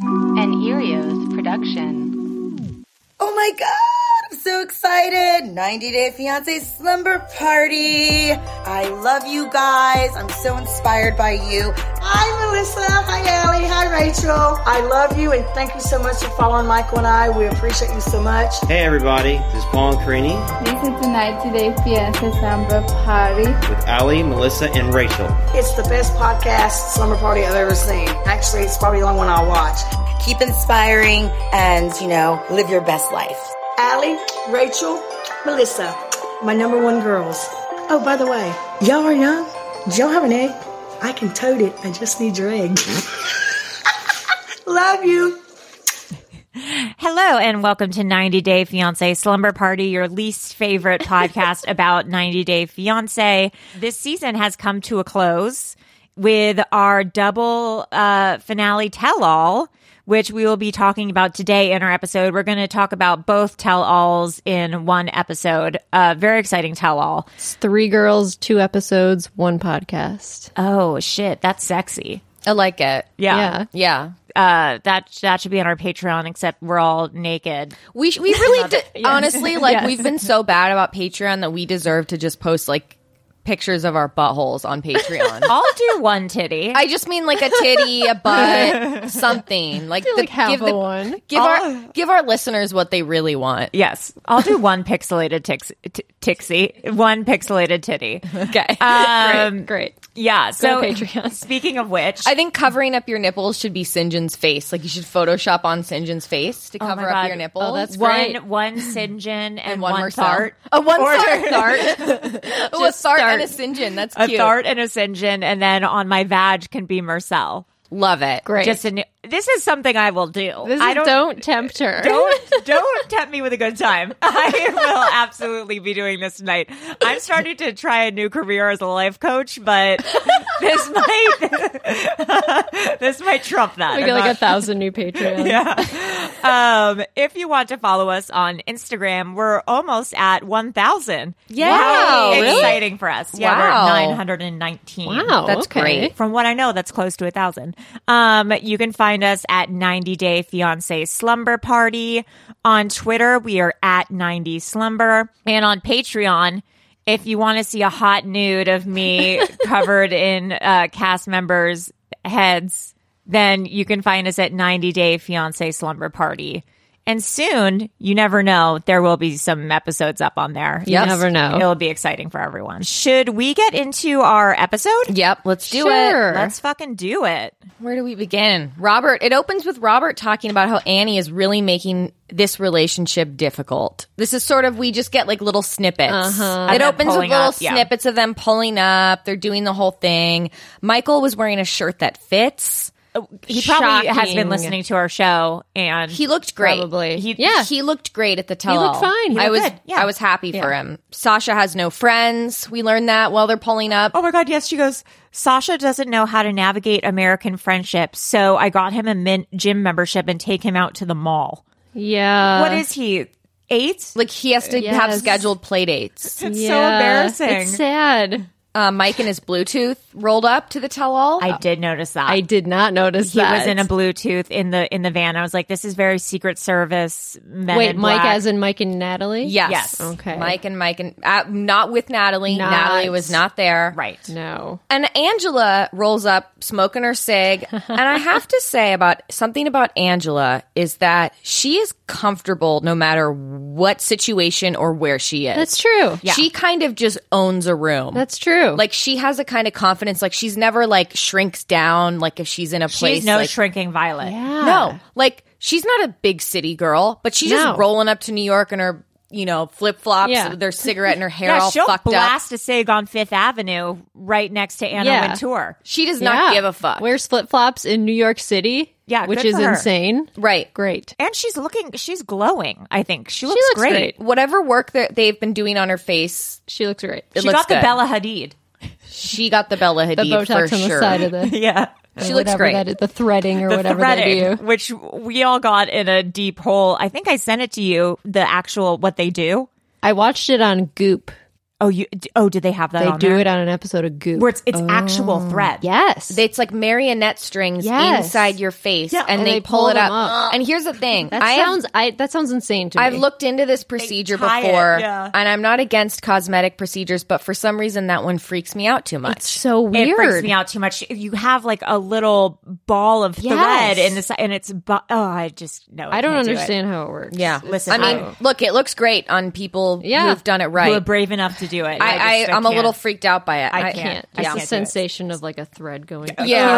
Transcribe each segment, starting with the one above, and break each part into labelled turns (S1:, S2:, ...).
S1: An Erios production.
S2: Oh my god, I'm so excited! 90 Day Fiance Slumber Party! I love you guys. I'm so inspired by you. Hi Melissa, hi Allie, hi Rachel. I love you and thank you so much for following Michael and I. We appreciate you so much.
S3: Hey everybody, this is Paul Carini
S4: This is the 90 Day Fiancé Samba Party.
S3: with Ali, Melissa, and Rachel.
S2: It's the best podcast slumber party I've ever seen. Actually, it's probably the only one I'll watch. Keep inspiring and, you know, live your best life. Allie, Rachel, Melissa, my number one girls. Oh, by the way, y'all are young. Do y'all have an egg? I can tote it. I just need your egg. Love you.
S5: Hello and welcome to 90 Day Fiancé Slumber Party, your least favorite podcast about 90 Day Fiancé. This season has come to a close with our double uh, finale tell all, which we will be talking about today in our episode. We're going to talk about both tell alls in one episode. Uh, very exciting tell all.
S6: It's three girls, two episodes, one podcast.
S5: Oh, shit. That's sexy.
S7: I like it.
S6: Yeah.
S5: Yeah.
S7: Yeah.
S5: Uh, that, that should be on our Patreon, except we're all naked.
S7: We sh- we really de- honestly like we've been so bad about Patreon that we deserve to just post like pictures of our buttholes on Patreon.
S5: I'll do one titty.
S7: I just mean like a titty, a butt, something like,
S6: like half
S7: give
S6: a one.
S7: Give our give our listeners what they really want.
S5: Yes, I'll do one pixelated tix- t- tixie, one pixelated titty.
S7: Okay.
S5: Um,
S6: Great.
S5: Yeah. So,
S6: Patreon.
S5: speaking of which,
S7: I think covering up your nipples should be St. John's face. Like you should Photoshop on St. John's face to
S5: Oh
S7: cover
S5: my
S7: up
S5: God.
S7: your nipples.
S6: Oh, that's
S5: one
S6: great.
S5: one sinjin and,
S7: and
S5: one,
S7: one, more thart.
S5: thart,
S7: A one
S5: Or-
S7: thart. Oh, a thart and a St. John. That's
S5: a
S7: cute.
S5: thart and a sinjin, and then on my vag can be Marcel.
S7: Love it.
S6: Great.
S5: Just a new, this is something I will do.
S6: This
S5: I
S6: is, don't, tempt her.
S5: don't don't tempt me with a good time. I will absolutely be doing this tonight. I'm starting to try a new career as a life coach, but this might this might trump that.
S6: we
S5: I'm
S6: get like a
S5: not-
S6: thousand new Patreons.
S5: yeah. Um, if you want to follow us on Instagram, we're almost at 1,000. Yeah.
S7: Wow, really?
S5: exciting for us. Yeah,
S7: Wow.
S5: we're at 919.
S6: Wow, That's okay. great.
S5: From what I know, that's close to a 1,000. Um, you can find us at 90 Day Fiancé Slumber Party. On Twitter, we are at 90 Slumber. And on Patreon, if you want to see a hot nude of me covered in uh, cast members' heads, then you can find us at 90 Day Fiancé Slumber Party. And soon, you never know, there will be some episodes up on there.
S6: You never know.
S5: It'll be exciting for everyone. Should we get into our episode?
S7: Yep. Let's do it.
S6: Sure.
S5: Let's fucking do it.
S7: Where do we begin? Robert, it opens with Robert talking about how Annie is really making this relationship difficult. This is sort of, we just get like little snippets. Uh-huh. It
S5: them
S7: opens with
S5: pulling
S7: little
S5: up, yeah.
S7: snippets of them pulling up. They're doing the whole thing. Michael was wearing a shirt that fits.
S5: He probably has
S7: Shocking.
S5: been listening to our show and
S7: He looked great.
S6: Probably.
S7: He,
S6: Yeah.
S7: He looked great at the tell.
S6: looked fine. He
S7: I
S6: looked
S7: was,
S6: good.
S7: I was happy for him. Sasha has no friends. We learned that while they're pulling up.
S5: Oh my God, yes. She goes, Sasha doesn't know how to navigate American friendship. So I got him a min- gym membership and take him out to the mall.
S6: Yeah.
S5: what is he? Eight?
S7: Uh. Like he has to have
S6: Yes.
S7: scheduled play dates.
S5: It's so
S6: Yeah.
S5: embarrassing.
S6: It's sad.
S7: uh, Mike and his Bluetooth rolled up to the tell-all.
S5: I did notice that.
S6: I did not notice
S5: he
S6: that.
S5: was in a Bluetooth in the in the van. I was like, this is very Secret Service. Men
S6: Wait,
S5: in
S6: Mike
S5: black.
S6: as in Mike and Natalie?
S7: yes.
S5: Yes.
S6: Okay.
S7: Mike and Mike and uh, not with Natalie.
S6: Not-
S7: Natalie was not there.
S5: right.
S6: No.
S7: And Angela rolls up smoking her cig. and I have to say about something about Angela is that she is comfortable no matter what situation or where she is.
S6: That's true.
S7: She kind of just owns a room.
S6: That's true.
S7: Like she has a kind of confidence. Like she's never like shrinks down. Like if she's in a place,
S5: She's no
S7: like,
S5: shrinking violet.
S6: yeah.
S7: No, like she's not a big city girl, but she's
S6: No.
S7: just rolling up to New York in her, you know, flip flops,
S6: Yeah.
S7: with her cigarette, and her hair
S5: Yeah,
S7: all
S5: she'll
S7: fucked up.
S5: blast a cig on Fifth Avenue right next to Anna
S6: Yeah.
S5: Wintour.
S7: She does not
S6: Yeah.
S7: give a fuck.
S6: Wears flip flops in New York City.
S5: Yeah,
S6: Which
S5: good
S6: is
S5: for her.
S6: insane.
S7: right?
S6: Great.
S5: And she's looking, she's glowing, I think. She looks,
S6: looks great.
S7: Whatever work that they've been doing on her face,
S6: She looks great.
S7: it
S5: She
S7: looks
S5: got the
S7: good.
S5: Bella Hadid.
S7: She got the Bella Hadid
S6: The Botox
S7: for
S6: on the
S7: sure.
S6: side of the.
S5: Yeah.
S7: she looks
S6: whatever
S7: great.
S6: that is, the threading or
S5: The
S6: whatever they
S5: threading,
S6: do.
S5: which we all got in a deep hole. I think I sent it to you, the actual, what they do.
S6: I watched it on Goop.
S5: Oh, you, d- oh, do they have that
S6: They
S5: on
S6: do Oh.
S5: there?
S6: it on an episode of Goop.
S5: Where it's, it's actual thread.
S6: yes.
S7: It's like marionette strings
S6: Yes.
S7: inside your face,
S5: Yeah.
S7: and,
S6: And
S7: they,
S6: they
S7: pull,
S6: pull
S7: it
S6: them
S7: up.
S6: up.
S7: And here's the thing:
S6: that
S7: I have
S6: sounds I that sounds insane to
S7: I've
S6: me.
S7: looked into this procedure
S5: tie it,
S7: before,
S5: yeah.
S7: and I'm not against cosmetic procedures, but for some reason that one freaks me out too much.
S6: so weird.
S5: It freaks me out too much. You have like a little ball of
S6: Yes.
S5: thread in this, and it's bu- oh, I just no.
S6: I don't
S5: can't do it.
S6: understand how it works.
S7: yeah,
S5: Listen,
S7: I mean,
S5: I-
S7: look, it looks great on people
S6: Yeah.
S7: who've done it
S5: Who are
S7: right.
S5: brave enough to do it?
S7: I, I,
S5: just-
S7: I'm a
S5: can't.
S7: little freaked out by it.
S5: I
S6: I can't.
S5: I
S6: It's
S5: can't do
S6: the
S5: it.
S6: sensation of like a thread going.
S7: Yeah,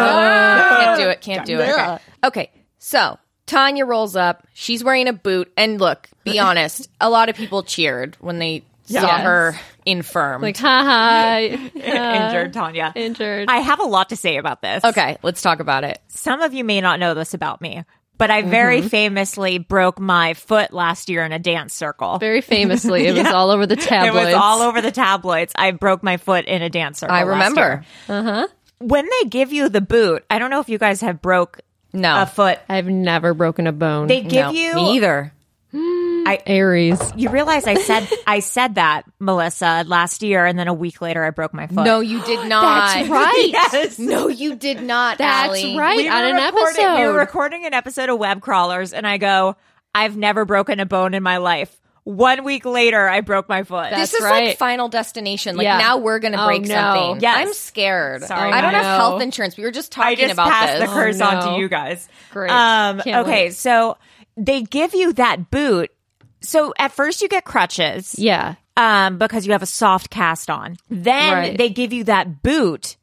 S7: can't do it. Can't do it. Okay. okay, so Tanya rolls up. She's wearing a boot, and look, be honest, a lot of people cheered when they saw
S6: Yes.
S7: her infirm.
S6: Like, ha ha.
S5: injured, Tanya.
S6: Injured.
S5: I have a lot to say about this.
S7: okay, let's talk about it.
S5: Some of you may not know this about me, but I very
S6: Mm-hmm.
S5: famously broke my foot last year in a dance circle.
S6: Very famously, it was all over the
S5: it
S6: tabloids.
S5: was all over the tabloids. I broke my foot in a dance circle.
S7: I
S5: last
S7: remember. Uh-huh.
S5: year. when they give you the boot. I don't know if you guys have broke
S7: No,
S5: a foot.
S6: I've never broken a bone.
S5: They give
S7: no,
S5: you Hmm.
S7: me either.
S6: Aries.
S5: You realize I said I said that Melissa last year, and then a week later I broke my foot.
S7: No, you did not.
S6: right.
S5: yes.
S7: No, you did not.
S6: That's
S7: Allie.
S6: right.
S5: We
S6: on
S5: were
S6: an
S5: recording-
S6: episode.
S5: we were recording an episode of Web Crawlers, and I go, "I've never broken a bone in my life." One week later, I broke my foot.
S7: This
S6: That's
S7: is like
S6: right.
S7: Final Destination. Like
S6: Yeah.
S7: now we're gonna
S6: Oh,
S7: break
S6: no.
S7: something.
S5: Yes.
S7: I'm scared.
S5: Sorry,
S7: I don't
S5: guys.
S7: have health insurance. We were just talking
S5: I just
S7: about
S5: passed
S7: this.
S5: the curse
S6: Oh,
S5: on
S6: no.
S5: to you guys.
S6: Great.
S5: Um,
S6: Can't
S5: okay,
S6: wait.
S5: so they give you that boot. So at first you get crutches.
S6: Yeah.
S5: um, because you have a soft cast on. Then
S6: Right.
S5: they give you that boot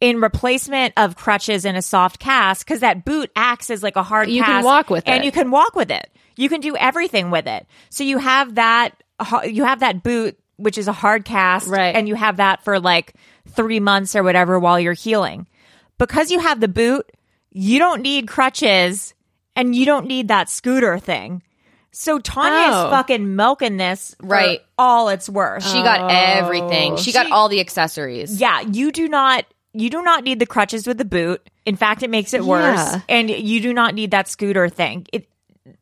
S5: in replacement of crutches and a soft cast because that boot acts as like a hard
S6: You can
S5: cast
S6: walk with
S5: and
S6: it.
S5: you can walk with it. You can do everything with it. So you have that you have that boot which is a hard cast
S6: Right.
S5: and you have that for like 3 months or whatever while you're healing. Because you have the boot, you don't need crutches and you don't need that scooter thing. So Tanya's
S6: Oh.
S5: fucking milking this for
S7: Right.
S5: all it's worth.
S7: She got everything. She got all the accessories.
S5: yeah, you do not you do not need the crutches with the boot. In fact, it makes it worse.
S6: Yeah.
S5: And you do not need that scooter thing. It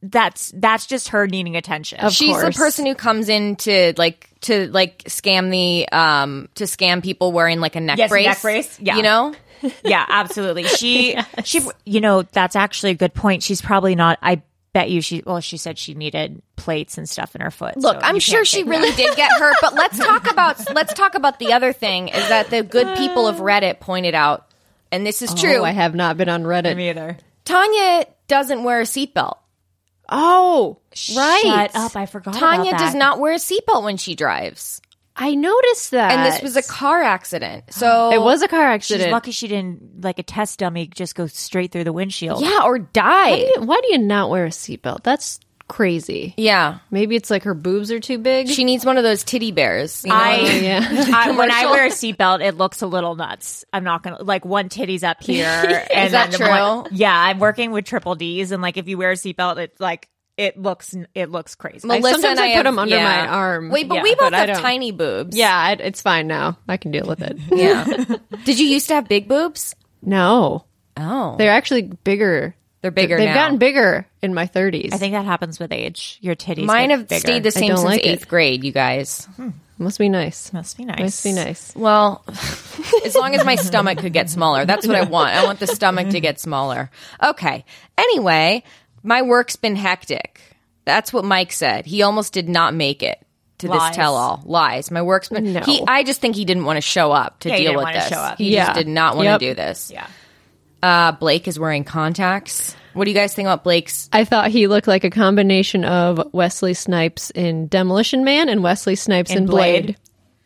S5: that's that's just her needing attention.
S6: Of
S7: She's the
S6: course.
S7: person who comes in to like to like scam the um to scam people wearing like a neck
S5: Yes, a
S7: brace.
S5: neck brace. Yeah.
S7: You know?
S5: yeah, absolutely. She she you know, that's actually a good point. She's probably not I bet you she well, she said she needed plates and stuff in her foot.
S7: Look,
S5: so
S7: I'm
S5: you
S7: sure
S5: can't
S7: she
S5: take
S7: really did get hurt, but let's talk about let's talk about the other thing is that the good people of Reddit pointed out, and this is true.
S6: Oh, I have not been on Reddit.
S5: me either.
S7: Tanya doesn't wear a seatbelt.
S6: oh, right.
S5: Shut up, I forgot.
S7: Tanya
S5: about
S7: does
S5: that.
S7: not wear a seatbelt when she drives.
S6: I noticed that.
S7: And this was a car accident. So
S6: It was a car
S5: She's
S6: accident.
S5: lucky she didn't like a test dummy just go straight through the windshield.
S7: Yeah, or die.
S6: Why do you not wear a seatbelt? That's crazy.
S7: Yeah.
S6: Maybe it's like her boobs are too big.
S7: She needs one of those titty bears. you know?
S5: I,
S6: yeah.
S5: I- when I
S7: Commercial.
S5: wear a seatbelt, it looks a little nuts. I'm not gonna like one titty's up here. and
S7: that
S5: then the one-
S7: true?
S5: yeah, I'm working with triple D's, and like if you wear a seatbelt, it's like it looks it looks crazy.
S7: Melissa and
S6: sometimes I put
S7: have-
S6: 'em under
S7: yeah.
S6: my arm.
S7: Wait, but
S5: Yeah,
S7: we both
S6: but I
S7: have
S6: don't-
S7: tiny boobs.
S6: yeah, I, it's fine now. I can deal with it.
S7: Yeah. Did you used to have big boobs?
S6: No,
S7: Oh.
S6: they're actually bigger.
S7: They're bigger
S6: They've
S7: now.
S6: gotten bigger in my 30s.
S5: I think that happens with age. Your titties.
S7: Mine
S5: get
S7: have
S5: bigger.
S7: stayed the same
S6: don't
S7: since
S6: like it. Hmm.
S7: eighth grade, you guys.
S6: Must be nice.
S5: Must be nice.
S6: Must be nice.
S7: Well, as long as my stomach could get smaller, that's what I want. I want the stomach to get smaller. Okay. Anyway, my work's been hectic. That's what Mike said. He almost did not make it to
S5: Lies.
S7: this tell-all. Lies. My work's been.
S6: No.
S7: He, I just think he didn't want to show up to
S5: Yeah, he
S7: deal
S5: didn't
S7: with
S5: wanna
S7: this.
S5: show up.
S7: He
S6: Yeah.
S7: just did not want
S6: Yep.
S7: to do this.
S5: Yeah.
S7: Uh, Blake is wearing contacts. What do you guys think about Blake's?
S6: I thought he looked like a combination of Wesley Snipes in Demolition Man and Wesley Snipes in,
S5: And
S6: Blade.
S5: Blade.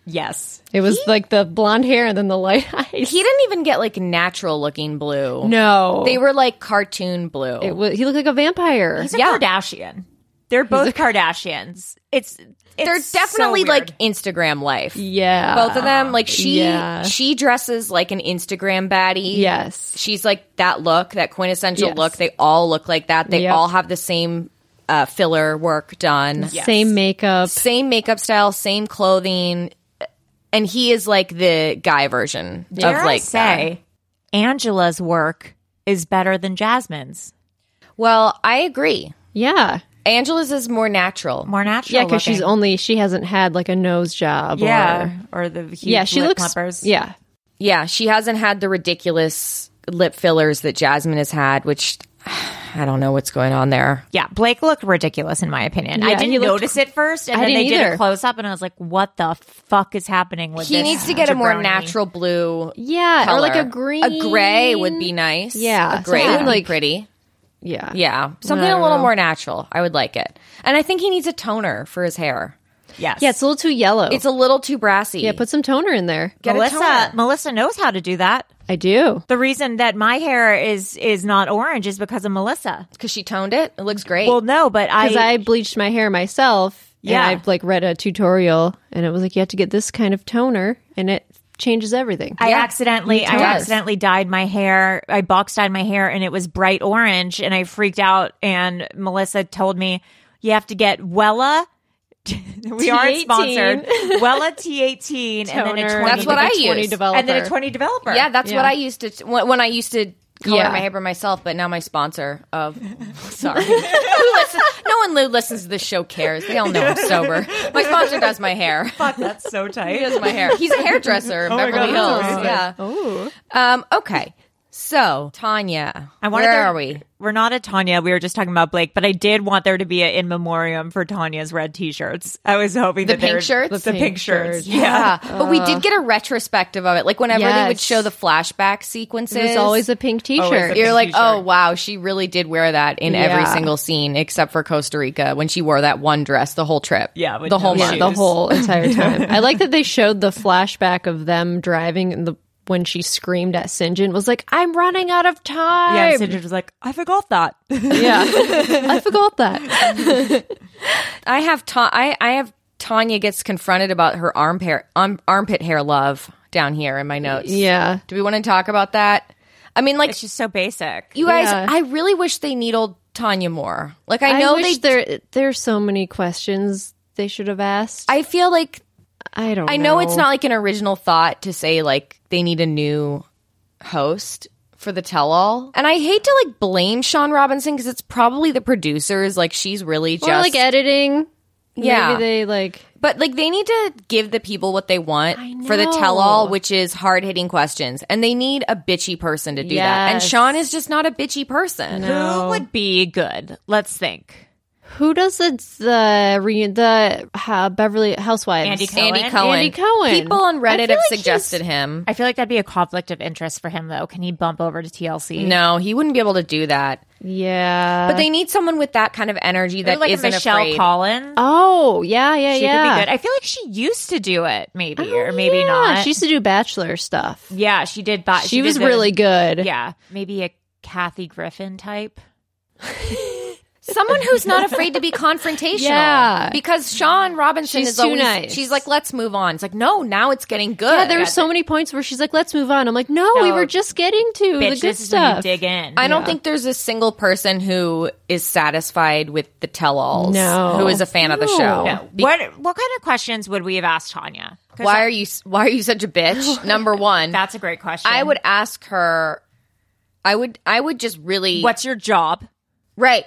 S5: Yes.
S6: It was like the blonde hair and then the light eyes.
S7: He didn't even get like natural-looking blue.
S6: No,
S7: They were like cartoon blue.
S6: It wa- he looked like a vampire.
S5: He's a Kardashian. They're both Kardashians. It's,
S7: They're
S5: it's so
S7: definitely
S5: weird.
S7: like Instagram life.
S6: yeah,
S7: both of them like she
S6: yeah.
S7: she dresses like an instagram baddie
S6: Yes,
S7: she's like that look that quintessential
S6: Yes.
S7: look they all look like that they
S6: Yep.
S7: all have the same uh, filler work done
S6: same makeup.
S7: same makeup style same clothing and he is like the guy version
S5: Dare
S7: of like
S5: I say, Angela's work is better than Jasmine's.
S7: that. well i agree
S6: Yeah,
S7: angela's is more natural
S5: More natural.
S6: yeah, because she's
S5: looking.
S6: only she hasn't had like a nose job.
S5: yeah,
S6: or,
S5: or the huge
S6: yeah, she
S5: lip
S6: looks.
S5: plumpers.
S6: Yeah,
S7: yeah she hasn't had the ridiculous lip fillers that jasmine has had which i don't know what's going on there
S5: Yeah, Blake looked ridiculous in my opinion. I
S6: Yeah, he
S5: didn't
S6: looked-
S5: notice it first, and
S6: I
S5: then they
S6: didn't
S5: did
S6: either.
S5: a close up, and I was like, "What the fuck is happening with
S7: He
S5: this
S7: needs to get a more
S5: jabroni?
S7: natural blue.
S6: Yeah, or like a
S7: color.
S6: green-
S7: A gray would be nice.
S6: Yeah,
S7: a gray
S6: something
S7: would be
S6: like-
S7: pretty.
S6: yeah,
S7: Yeah, something a little more natural. I would like it, and I think he needs a toner for his hair.
S5: Yes,
S6: yeah. It's a little too yellow.
S7: It's a little too brassy.
S6: yeah. Put some toner in there.
S7: Get a
S5: Melissa,
S7: toner.
S5: Melissa knows how to do that.
S6: I do.
S5: The reason that my hair is is not orange is because of Melissa.
S7: because she toned it. It looks great.
S5: Well, no, but I,
S6: because I, bleached my hair myself.
S5: Yeah.
S6: and I like read a tutorial, and it was like you have to get this kind of toner, and it changes everything.
S5: I accidentally I
S7: does.
S5: accidentally dyed my hair. I box dyed my hair and it was bright orange and I freaked out and Melissa told me you have to get Wella we are
S6: T18.
S5: sponsored. Wella T18 and then a 20
S7: That's what I
S6: like a 20
S7: use.
S6: Developer.
S5: and then a 20 developer.
S7: yeah, that's
S6: Yeah.
S7: what I used to when when I used to color
S6: Yeah.
S7: my hair by myself. But now my sponsor of sorry, Who listens- no one who listens to this show cares. They all know I'm sober. My sponsor does my hair.
S5: fuck that's so tight. Oh
S7: He does my hair. He's a hairdresser in
S5: my
S7: Beverly
S5: God,
S7: Hills.
S5: that's
S7: Yeah.
S6: Oh,
S7: Um, okay. So, Tanya,
S5: I wanted
S7: where
S5: there-
S7: are we?
S5: We're not at Tanya. We were just talking about Blake, but I did want there to be an in memoriam for Tanya's red T-shirts. I was hoping
S7: The
S5: that they
S7: pink
S5: were-
S7: shirts?
S5: the,
S7: The
S5: pink,
S6: pink
S5: shirts.
S6: shirts.
S7: Yeah. But we did get a retrospective of it. Like, whenever they would
S6: Yes.
S7: show the flashback sequences,
S6: there's always a pink
S5: Always a
S6: T-shirt.
S5: pink-
S7: you're like,
S5: t-shirt.
S7: oh, wow, she really did wear that in every
S6: Yeah.
S7: single scene except for Costa Rica when she wore that one dress the whole trip.
S5: Yeah, with
S7: The whole
S5: no
S7: month.
S5: shoes.
S6: the whole entire time. I like that they showed the flashback of them driving and the when she screamed at Sinjin was like, "I'm running out of time."
S5: Yeah, and Sindra was like, I forgot that.
S6: Yeah. I forgot that.
S7: I have, ta- I, I have Tanya gets confronted about her arm hair, um, armpit hair love down here in my notes.
S6: Yeah,
S7: Do we want to talk about that? I mean, like,
S5: It's just so basic.
S7: you guys,
S6: Yeah.
S7: I really wish they needled Tanya more. Like, I know
S6: wish
S7: they
S6: there there's so many questions they should have asked.
S7: I feel like
S6: I don't.
S7: I know it's not like an original thought to say like they need a new host for the tell all. And I hate to like blame Sean Robinson because it's probably the producers. Like she's really just
S6: or like editing.
S7: Yeah.
S6: maybe they like
S7: but like they need to give the people what they want for the tell all, which is hard hitting questions. And they need a bitchy person to do that. And
S6: Yes.
S7: Sean is just not a bitchy person.
S5: Who would be good? Let's think.
S6: who does the the, re, the uh, Beverly Housewives?
S5: Andy Cohen.
S7: Andy Cohen.
S6: Andy Cohen.
S7: People on
S6: I
S7: Reddit
S6: feel
S7: have
S6: like
S7: suggested him.
S5: I feel like that'd be a conflict of interest for him, though. Can he bump over to TLC?
S7: No, he wouldn't be able to do that.
S6: Yeah.
S7: But they need someone with that kind of energy
S5: Or
S7: that
S5: like a
S7: not
S5: Michelle
S7: afraid.
S5: Collins.
S6: Oh yeah, yeah,
S5: she
S6: yeah.
S5: could be good. I feel like she used to do it, maybe,
S6: Oh,
S5: or maybe
S6: yeah.
S5: not.
S6: She used to do Bachelor stuff.
S5: yeah, she did. Bo-
S6: She,
S5: did
S6: was
S5: the-
S6: really good.
S5: Yeah, maybe a Kathy Griffin type.
S7: Someone who's not afraid to be confrontational.
S6: Yeah.
S7: Because Sean Robinson
S6: She's
S7: is
S6: too
S7: always
S6: nice.
S7: she's like, let's move on. It's like, no, now it's getting good.
S6: Yeah, there were so many points where she's like, "Let's move on." I'm like, "No, we
S5: No,
S6: were just getting to
S5: Bitch,
S6: the good
S5: this is when you
S6: stuff."
S5: dig in.
S7: I don't think there's a single person who is satisfied with the tell-alls.
S6: No.
S7: who is a fan of the show.
S5: No. What what kind of questions would we have asked Tanya? 'Cause
S7: Why are you why are you such a bitch? Number one,
S5: That's a great question.
S7: I would ask her. I would I would just really
S5: What's your job?
S7: right.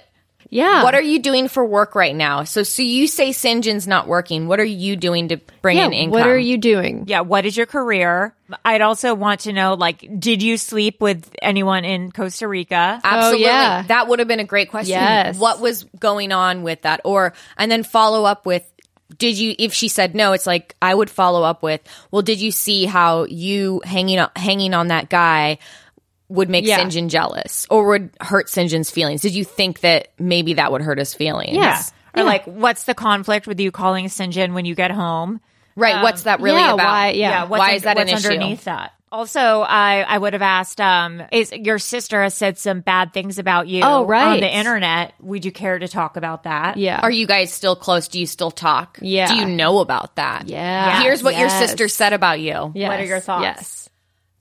S6: Yeah.
S7: What are you doing for work right now? So, so you say Sinjin's not working. What are you doing to bring in
S6: yeah,
S7: income?
S6: what are you doing?
S5: Yeah, what is your career? I'd also want to know like did you sleep with anyone in Costa Rica?
S7: Absolutely.
S6: Oh, yeah.
S7: That would have been a great question.
S6: Yes.
S7: What was going on with that? Or, and then follow up with, did you, if she said no, it's like, I would follow up with, well, did you see how you hanging on, hanging on that guy would make
S6: Yeah.
S7: St. John jealous or would hurt St. John's feelings? Did you think that maybe that would hurt his feelings?
S6: Yeah.
S5: Or like what's the conflict with you calling Sinjin when you get home? Um,
S7: Right. what's that really
S6: yeah,
S7: about?
S6: why- yeah.
S5: what's
S7: why
S5: un-
S7: is that an
S5: what's
S7: issue?
S5: underneath that? Also, I, I would have asked, um, is your sister has said some bad things about you
S6: Oh,
S5: on
S6: right.
S5: the internet. Would you care to talk about that?
S6: Yeah.
S7: Are you guys still close? Do you still talk?
S6: Yeah.
S7: Do you know about that?
S6: Yeah.
S7: Here's what
S6: Yes.
S7: your sister said about you.
S6: Yes.
S5: What are your thoughts?
S6: Yes.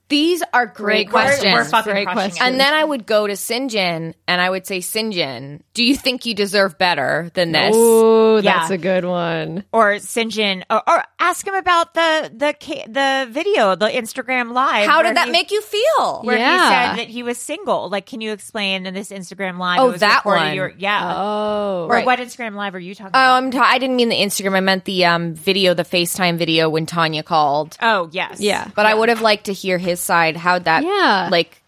S7: These are great,
S5: We're-
S7: questions.
S5: We're fucking
S6: Great
S5: crushing it.
S6: question.
S7: And then I would go to Sinjin and I would say, Sinjin, do you think you deserve better than this?
S6: Ooh,
S5: Yeah.
S6: that's a good one.
S5: or Sinjin, or, or ask him about the the ca- the video, the Instagram live.
S7: How
S5: where
S7: did that
S5: he-
S7: make you feel?
S5: Where
S6: Yeah.
S5: he said that he was single. Like, can you explain in this Instagram live?
S7: Oh,
S5: it was
S7: that
S5: recorded,
S7: one.
S5: you were- yeah.
S6: Oh.
S5: or what Instagram live are you talking
S7: Oh,
S5: about?
S7: I'm t- I didn't mean the Instagram. I meant the um, video, the FaceTime video when Tanya called.
S5: Oh, yes.
S6: Yeah.
S7: But I would have liked to hear his side. How that,
S6: Yeah.
S7: like,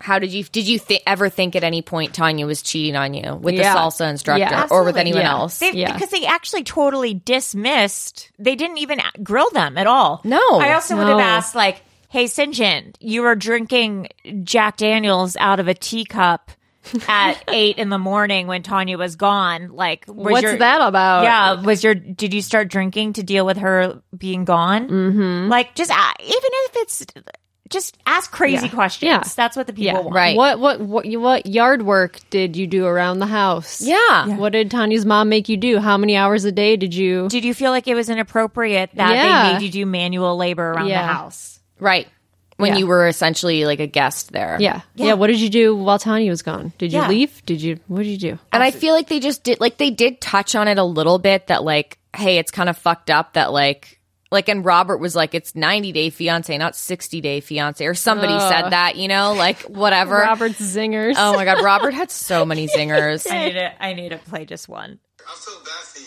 S7: how did you did you th- ever think at any point Tanya was cheating on you with
S6: Yeah.
S7: the salsa instructor
S6: Yeah.
S7: or with
S6: Absolutely.
S7: anyone
S6: Yeah.
S7: else?
S5: They,
S6: Yeah.
S5: Because they actually totally dismissed. They didn't even a- grill them at all.
S7: No.
S5: I also would have
S6: No.
S5: asked, like, hey, St. John, you were drinking Jack Daniels out of a teacup at eight in the morning when Tanya was gone. Like, was
S6: What's
S5: your-
S6: that about?
S5: Yeah. Was your, did you start drinking to deal with her being gone? Mm-hmm. Like, just, a- even if it's, just ask crazy questions.
S6: Yeah.
S5: That's what the people
S6: Yeah.
S5: want.
S7: Right.
S6: What what what you- what yard work did you do around the house?
S7: Yeah. Yeah.
S6: What did Tanya's mom make you do? How many hours a day did you?
S5: Did you feel like it was inappropriate that
S6: Yeah.
S5: they made you do manual labor around
S6: Yeah.
S5: the house?
S7: Right. When
S6: Yeah.
S7: you were essentially like a guest there.
S6: yeah. yeah. What did you do while Tanya was gone? Did you
S5: Yeah.
S6: leave? Did you? What did you do?
S7: And I feel like they just did like they did touch on it a little bit that like, hey, it's kind of fucked up that like like and Robert was like, it's ninety day fiance, not sixty day fiance, or somebody said that, you know, like whatever.
S6: Robert Zingers.
S7: Oh my god, Robert had so many zingers.
S5: I need to I need to play just one.
S8: I feel bad for you.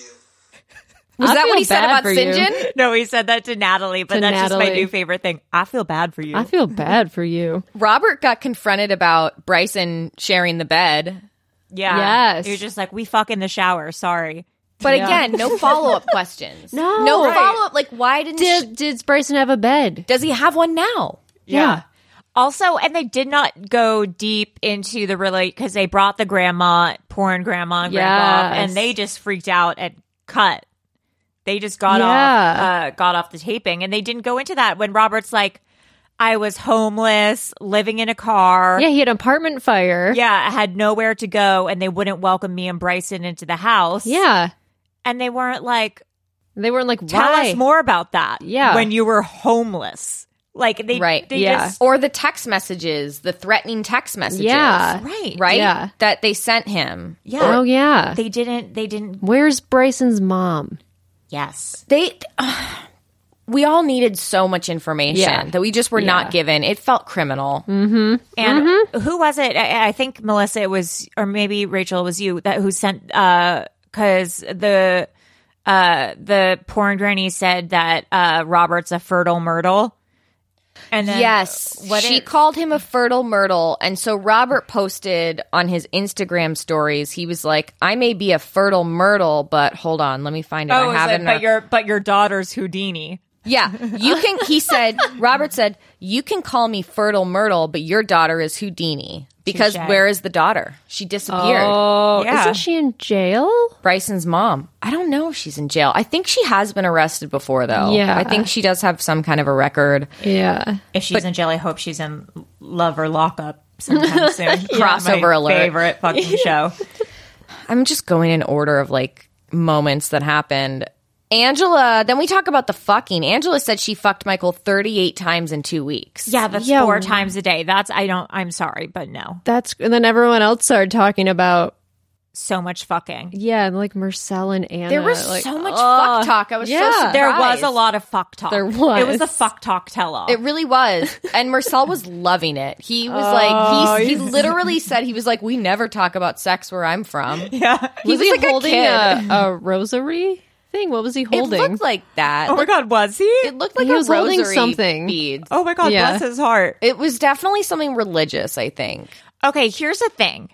S7: Was
S6: I
S7: that
S6: feel
S7: what he said
S6: bad
S7: about
S6: for you.
S7: Sinjin?
S5: No, he said that to Natalie, but
S6: To
S5: that's just my
S6: Natalie.
S5: new favorite thing. I feel bad for you.
S6: I feel bad for you.
S7: Robert got confronted about Bryson sharing the bed.
S5: yeah.
S6: Yes.
S5: You're just like, we fuck in the shower, sorry.
S7: But again, no follow up questions.
S6: No.
S7: No
S6: Right.
S7: follow up like why didn't she-
S6: Did Did Bryson have a bed?
S7: does he have one now?
S6: Yeah.
S5: Also, and they did not go deep into the relate because they brought the grandma, porn grandma and
S6: Yes.
S5: grandpa, and they just freaked out and cut. They just got
S6: Yeah.
S5: off, uh, got off the taping, and they didn't go into that. When Robert's like, "I was homeless, living in a car,
S6: Yeah, he had an apartment fire.
S5: yeah, I had nowhere to go, and they wouldn't welcome me and Bryson into the house,
S6: Yeah.
S5: and they weren't like,
S6: They weren't like
S5: tell
S6: why.
S5: us more about that.
S6: Yeah.
S5: When you were homeless. Like they,
S7: Right.
S5: they
S6: Yeah.
S5: just,
S7: Or the text messages, the threatening text messages.
S6: Yeah.
S5: right.
S7: Right?
S6: Yeah.
S7: That they sent him.
S5: Yeah.
S6: Oh yeah.
S5: They didn't, they didn't,
S6: Where's Bryson's mom?
S5: yes.
S7: They we all needed so much information
S6: Yeah.
S7: that we just were
S6: Yeah.
S7: not given. It felt criminal.
S5: And
S7: Mm-hmm.
S5: who was it? I, I think Melissa it was, or maybe Rachel it was you that who sent, uh, cause the, uh, the porn granny said that, uh, Robert's a fertile myrtle. And then
S7: Yes.
S5: what
S7: she
S5: it-
S7: called him a fertile myrtle. And so Robert posted on his Instagram stories, he was like, I may be a fertile myrtle, but hold on, let me find it.
S5: Oh,
S7: I
S5: it's
S7: have
S5: like,
S7: it. in
S5: but
S7: our-
S5: your, but your daughter's Houdini.
S7: Yeah, you can. He said, Robert said, you can call me Fertile Myrtle, but your daughter is Houdini because
S5: Touche.
S7: where is the daughter? She disappeared.
S6: Oh,
S5: Yeah.
S6: isn't she in jail?
S7: Bryson's mom. I don't know if she's in jail. I think she has been arrested before, though.
S6: Yeah.
S7: I think she does have some kind of a record.
S6: Yeah.
S5: If she's in jail, I hope she's in love or lockup sometime soon.
S7: Crossover
S5: My
S7: alert.
S5: Favorite fucking show.
S7: I'm just going in order of like moments that happened. Angela. Then we talk about the fucking. Angela said she fucked Michael 38 times in two weeks.
S5: Yeah, that's
S6: Yeah,
S5: four
S6: w-
S5: times a day. That's I don't. I'm sorry, but no.
S6: That's and then everyone else started talking about
S5: so much fucking.
S6: Yeah, and like Marcel and Anna.
S7: There was
S6: like,
S7: so much
S6: oh.
S7: fuck talk. I was
S6: Yeah.
S7: so surprised.
S5: There was a lot of fuck talk.
S6: There
S5: It was a
S6: was.
S5: fuck talk tell all.
S7: It really was. And Marcel was loving it. He
S6: Oh,
S7: was like, he, he literally said, he was like, we never talk about sex where I'm from.
S5: yeah.
S7: He was,
S6: was he
S7: like
S6: holding
S7: a kid.
S6: a, a rosary thing? What was he
S7: it
S6: holding?
S7: looked like that.
S5: Oh my god, was he?
S7: it looked like
S6: He
S7: a
S6: was holding
S7: rosary
S6: something.
S7: bead.
S5: Oh my god,
S6: Yeah.
S5: bless his heart.
S7: It was definitely something religious, I think.
S5: Okay, here's the thing.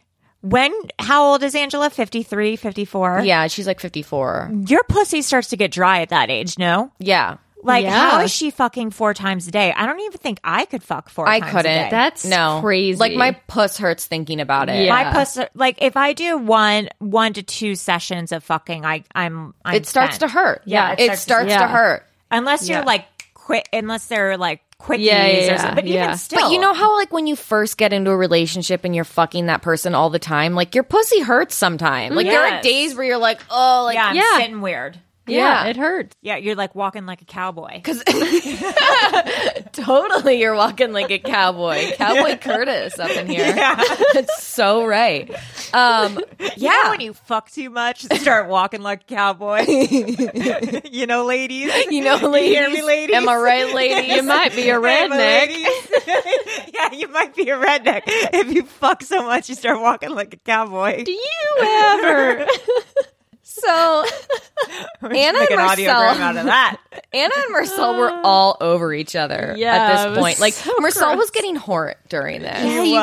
S5: When how old is Angela? 53, 54?
S7: Yeah, she's like 54.
S5: Your pussy starts to get dry at that age, no?
S7: Yeah.
S5: Like
S6: Yeah.
S5: how is she fucking four times a day? I don't even think I could fuck four
S7: I
S5: times
S7: couldn't.
S5: a day.
S6: That's
S7: no.
S6: crazy.
S7: Like my puss hurts thinking about it.
S6: Yeah.
S5: my puss like if I do one one to two sessions of fucking I I'm, I'm
S7: It starts to
S5: spent.
S7: hurt.
S5: Yeah,
S7: It,
S5: it
S7: starts,
S5: starts-
S7: to,
S6: yeah.
S7: hurt.
S5: Unless you're
S6: Yeah.
S5: like quick unless they're like quickies
S6: Yeah, yeah,
S5: or
S6: yeah,
S5: something. But
S6: yeah.
S5: even still
S7: But you know how like when you first get into a relationship and you're fucking that person all the time, like your pussy hurts sometime. Like there are
S5: Yes.
S7: days where you're like, oh, like
S5: Yeah, I'm
S6: Yeah.
S5: sitting weird.
S6: yeah,
S7: yeah.
S6: it hurts.
S5: Yeah, you're like walking like a cowboy.
S7: totally you're walking like a cowboy. Cowboy Curtis up in here. That's so right. Um
S5: Yeah. You know when you fuck too much and start walking like a cowboy. you know, ladies.
S7: you know, ladies,
S5: hear me, ladies?
S7: Am I right, ladies?
S6: You might be a
S5: Hey, my
S6: redneck.
S5: ladies. yeah, you might be a redneck if you fuck so much you start walking like a cowboy.
S6: Do you ever?
S7: So Anna
S5: Make
S7: and
S5: an audiogram out
S7: Marcel,
S5: of that.
S7: Anna and Marcel
S5: Ah.
S7: were all over each other
S6: Yeah,
S7: at
S6: it
S7: this
S6: was
S7: point. Like
S6: so
S7: Marcel was
S6: gross.
S7: getting hort during this.
S6: yeah, he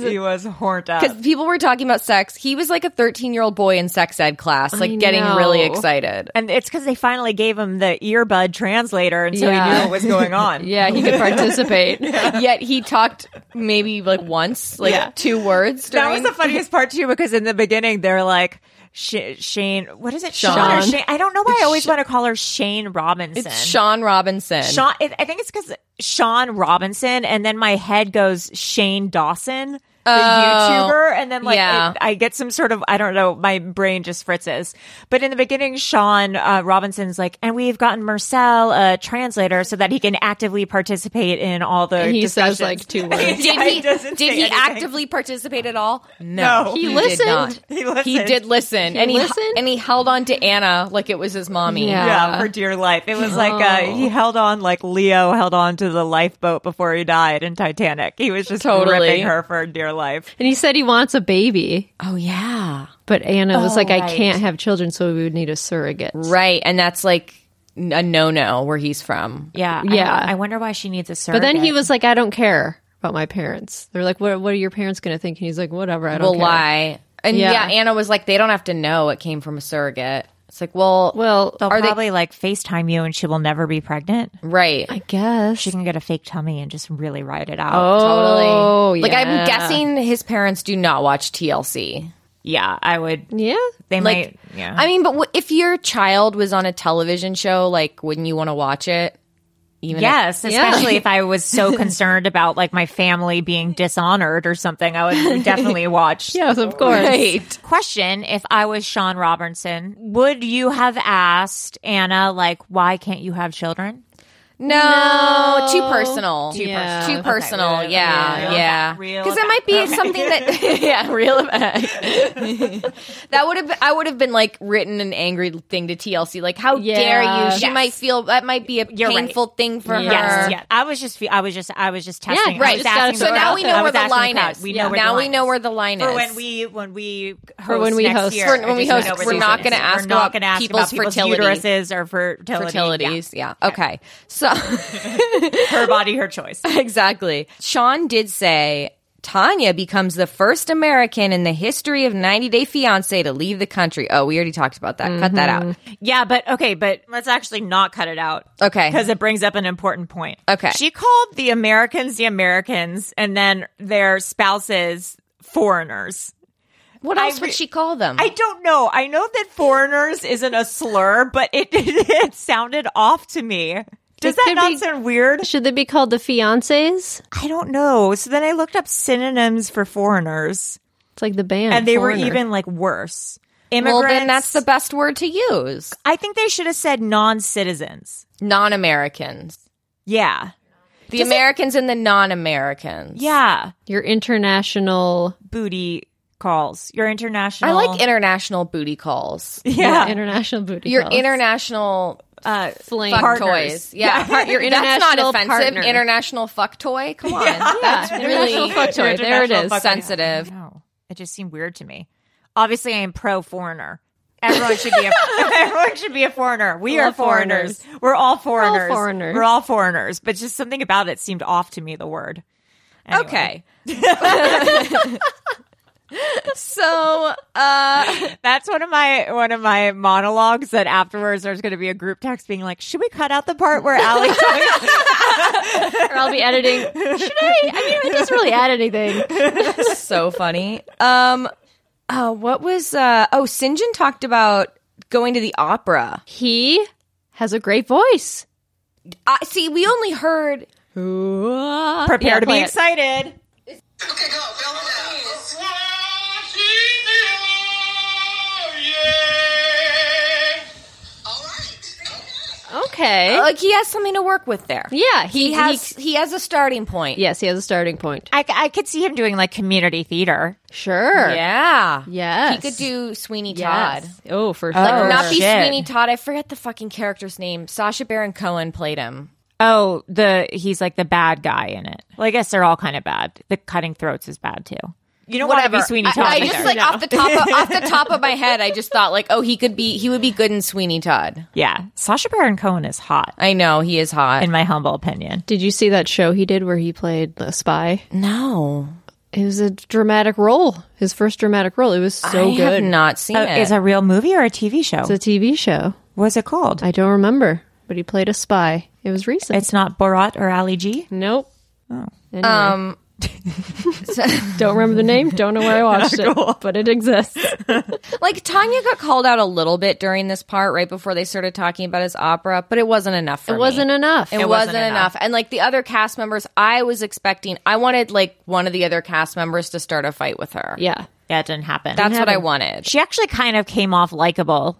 S6: was.
S5: He was horned up.
S7: because people were talking about sex. He was like a 13 year old boy in sex ed class, like
S6: I
S7: getting
S6: know.
S7: really excited.
S5: And it's because they finally gave him the earbud translator, and so he
S6: Yeah.
S5: knew what was going on.
S6: Yeah, he could participate.
S7: Yet he talked maybe like once, like two words.
S5: That
S7: During,
S5: was the funniest part too, because in the beginning they're like Sh- Shane. What is it, Sean? or
S6: Sean.
S5: Shane? I don't know why I always want to call her Shane Robinson.
S7: it's Sean Robinson.
S5: Sean. It, I think it's because Sean Robinson, and then my head goes Shane Dawson, the YouTuber, and then like
S7: Oh, yeah.
S5: it- I get some sort of I don't know. My brain just fritzes. But in the beginning, Sean uh, Robinson's like, and we've gotten Marcel a translator so that he can actively participate in all the.
S6: He says
S5: discussions.
S6: like two words.
S7: Did he,
S5: It doesn't
S7: did
S5: say
S7: he
S5: anything.
S7: actively participate at all? No.
S5: No.
S6: He
S7: did
S6: listened.
S7: not.
S5: He listened.
S7: He did listen. and he
S6: listened?
S7: and he held on to Anna like it was his mommy.
S6: Yeah.
S5: Yeah, for dear life. It was like uh, he held on, like Leo held on to the lifeboat before he died in Titanic. He was just
S7: Totally.
S5: ripping her for dear life.
S6: And he said he wants a baby,
S7: Oh yeah.
S6: but Anna was
S5: Oh,
S6: like,
S5: right.
S6: "I can't have children, so we would need a surrogate."
S7: Right. And that's like a no no where he's from.
S5: Yeah,
S6: I- Yeah. I
S5: wonder why she needs a
S6: But
S5: surrogate.
S6: then he was like, "I don't care about my parents." They're like, "What? What are your parents going to think?" And he's like, "Whatever, I don't
S7: Will
S6: care."
S7: lie. And yeah.
S6: Yeah.
S7: Anna was like, they don't have to know it came from a surrogate. It's like, well,
S6: Well,
S5: They'll
S7: Are they-
S5: probably like FaceTime you, and she will never be pregnant.
S7: right.
S6: I guess.
S5: She can get a fake tummy and just really ride it out.
S7: Totally.
S6: Oh,
S7: like I'm
S6: yeah.
S7: guessing his parents do not watch TLC.
S5: Yeah, I would.
S6: Yeah.
S5: They
S7: Like,
S5: might. Yeah,
S7: I mean, but w- if your child was on a television show, like, wouldn't you want to watch it? Even
S5: yes, especially if I was so concerned about like my family being dishonored or something. I would definitely watch.
S6: Yes, of course.
S7: Right.
S5: question if I was Sean Robertson, would you have asked Anna, like, why can't you have children?
S7: No, too personal. Too
S6: Yeah.
S7: personal. Too personal. yeah,
S5: real-
S7: yeah.
S5: real-
S7: Because that might be something that, yeah, real. that would have. been- I would have been like written an angry thing to TLC. Like, how
S6: Yeah.
S7: dare you? She
S5: Yes.
S7: might feel that might be a
S5: You're right.
S7: painful thing for her.
S5: Yes, yes. I was just, fe- I was just, I was just testing. I
S6: right.
S5: was
S6: Just out of
S5: asking
S7: So
S5: the
S7: now
S5: crowd.
S7: we
S5: I
S7: know where
S5: was
S7: the
S5: asking
S7: line
S5: crowd.
S7: is.
S5: We know where the
S7: now we
S5: line
S7: know
S5: is.
S7: where the line
S5: For
S7: is.
S5: when we when we host
S6: when we
S5: next
S6: host.
S5: year,
S6: For
S7: when we
S5: I just
S7: host,
S5: know
S7: we're
S5: what
S7: not
S5: season it
S7: gonna
S5: is.
S7: ask
S5: We're not
S7: about
S5: going to ask
S7: people's
S5: about people's
S7: fertility.
S5: uteruses or fertility.
S7: fertilities. Yeah. Okay. So
S5: Yeah. Her body, her choice.
S7: exactly. Sean did say Tanya becomes the first American in the history of 90 Day Fiance to leave the country. Oh, we already talked about that. Cut that out.
S6: Mm-hmm.
S5: Yeah, but okay, but let's actually not cut it out.
S7: Okay.
S5: Because it brings up an important point.
S7: Okay.
S5: She called the Americans the Americans and then their spouses foreigners.
S7: What
S5: I
S7: else
S5: re-
S7: would she call them?
S5: I don't know. I know that foreigners isn't a slur, but it, it, sounded off to me. Does
S6: It
S5: that
S6: could
S5: not
S6: be-
S5: sound weird?
S6: Should they be called the fiancés?
S5: I don't know. So then I looked up synonyms for foreigners
S6: It's like the band,
S5: and they were
S6: Foreigner.
S5: even like worse.
S7: well,
S5: Immigrants.
S7: then that's the best word to use.
S5: I think they should have said non-citizens.
S7: Non Americans.
S5: Yeah.
S7: The Americans and the non Americans.
S5: Yeah.
S6: your international
S5: Booty calls, your international.
S7: I like international booty calls.
S5: Yeah.
S6: international booty.
S7: Your
S6: calls.
S7: international
S5: uh,
S6: Fling.
S7: fuck
S5: partners.
S7: toys. Yeah,
S6: Part- your
S7: that's not
S6: international
S7: offensive.
S6: partner.
S7: International fuck toy. Come on, that's
S6: International
S7: really
S6: fuck toy. There it
S5: International
S6: is.
S5: fuck-
S7: sensitive.
S5: No, it just seemed weird to me. Obviously, I am pro foreigner. Everyone should be a everyone should be a foreigner. We
S6: We're
S5: are
S6: all foreigners.
S5: foreigners. We're all
S6: all
S5: foreigners.
S6: foreigners.
S5: We're all foreigners. But just something about it seemed off to me. The word. Anyway.
S7: Okay. so uh,
S5: That's one of my one of my monologues that afterwards there's going to be a group text being like, "Should we cut out the part where Allie?"
S6: Or I'll be editing. Should I? I mean, it doesn't really add anything.
S7: so funny. Um, uh, what was uh? Oh, Sinjin talked about going to the opera.
S6: He has a great voice.
S7: I see. We only heard.
S5: Prepare
S6: Yeah,
S5: to be
S6: play it.
S5: excited.
S6: Okay.
S7: Uh, Like he has something to work with there.
S6: yeah, he,
S7: He has he, has a starting point.
S6: yes, he has a starting point.
S5: I, I could see him doing like community theater.
S6: Sure.
S7: Yeah.
S6: Yes.
S7: He could do Sweeney
S6: Yes.
S7: Todd.
S6: Oh, for
S5: Like,
S6: sure.
S5: Oh,
S7: Not be
S5: shit.
S7: Sweeney Todd. I forget the fucking character's name. Sasha Baron Cohen played him.
S5: Oh, the he's like the bad guy in it. Well, I guess they're all kind of bad. The cutting throats is bad too. You don't want to be Sweeney
S7: I-
S5: Todd.
S7: I,
S5: either.
S7: just like off the top of, off the top of my head, I just thought like, oh, he could be he would be good in Sweeney Todd.
S5: yeah, Sasha Baron Cohen is hot,
S7: I know he is hot.
S5: in my humble opinion.
S6: Did you see that show he did where he played the spy?
S7: no,
S6: It was a dramatic role. His first dramatic role. It was so
S7: I
S6: good.
S7: have not seen
S5: Oh,
S7: it.
S5: Is it a real movie or a TV show?
S6: it's a TV show.
S5: What's it called?
S6: I don't remember, but he played a spy. It was recent.
S5: it's not Borat or Ali G.
S6: nope. Um. don't remember the name. Don't know where I watched it, but it exists.
S7: like Tanya got called out a little bit during this part, right before they started talking about his opera, but it wasn't enough. For
S6: It wasn't
S7: me.
S6: enough.
S7: It, wasn't, enough. And like the other cast members, I was expecting, I wanted like one of the other cast members to start a fight with her.
S6: yeah.
S5: Yeah, it didn't happen.
S7: That's what I wanted.
S5: she actually kind of came off likable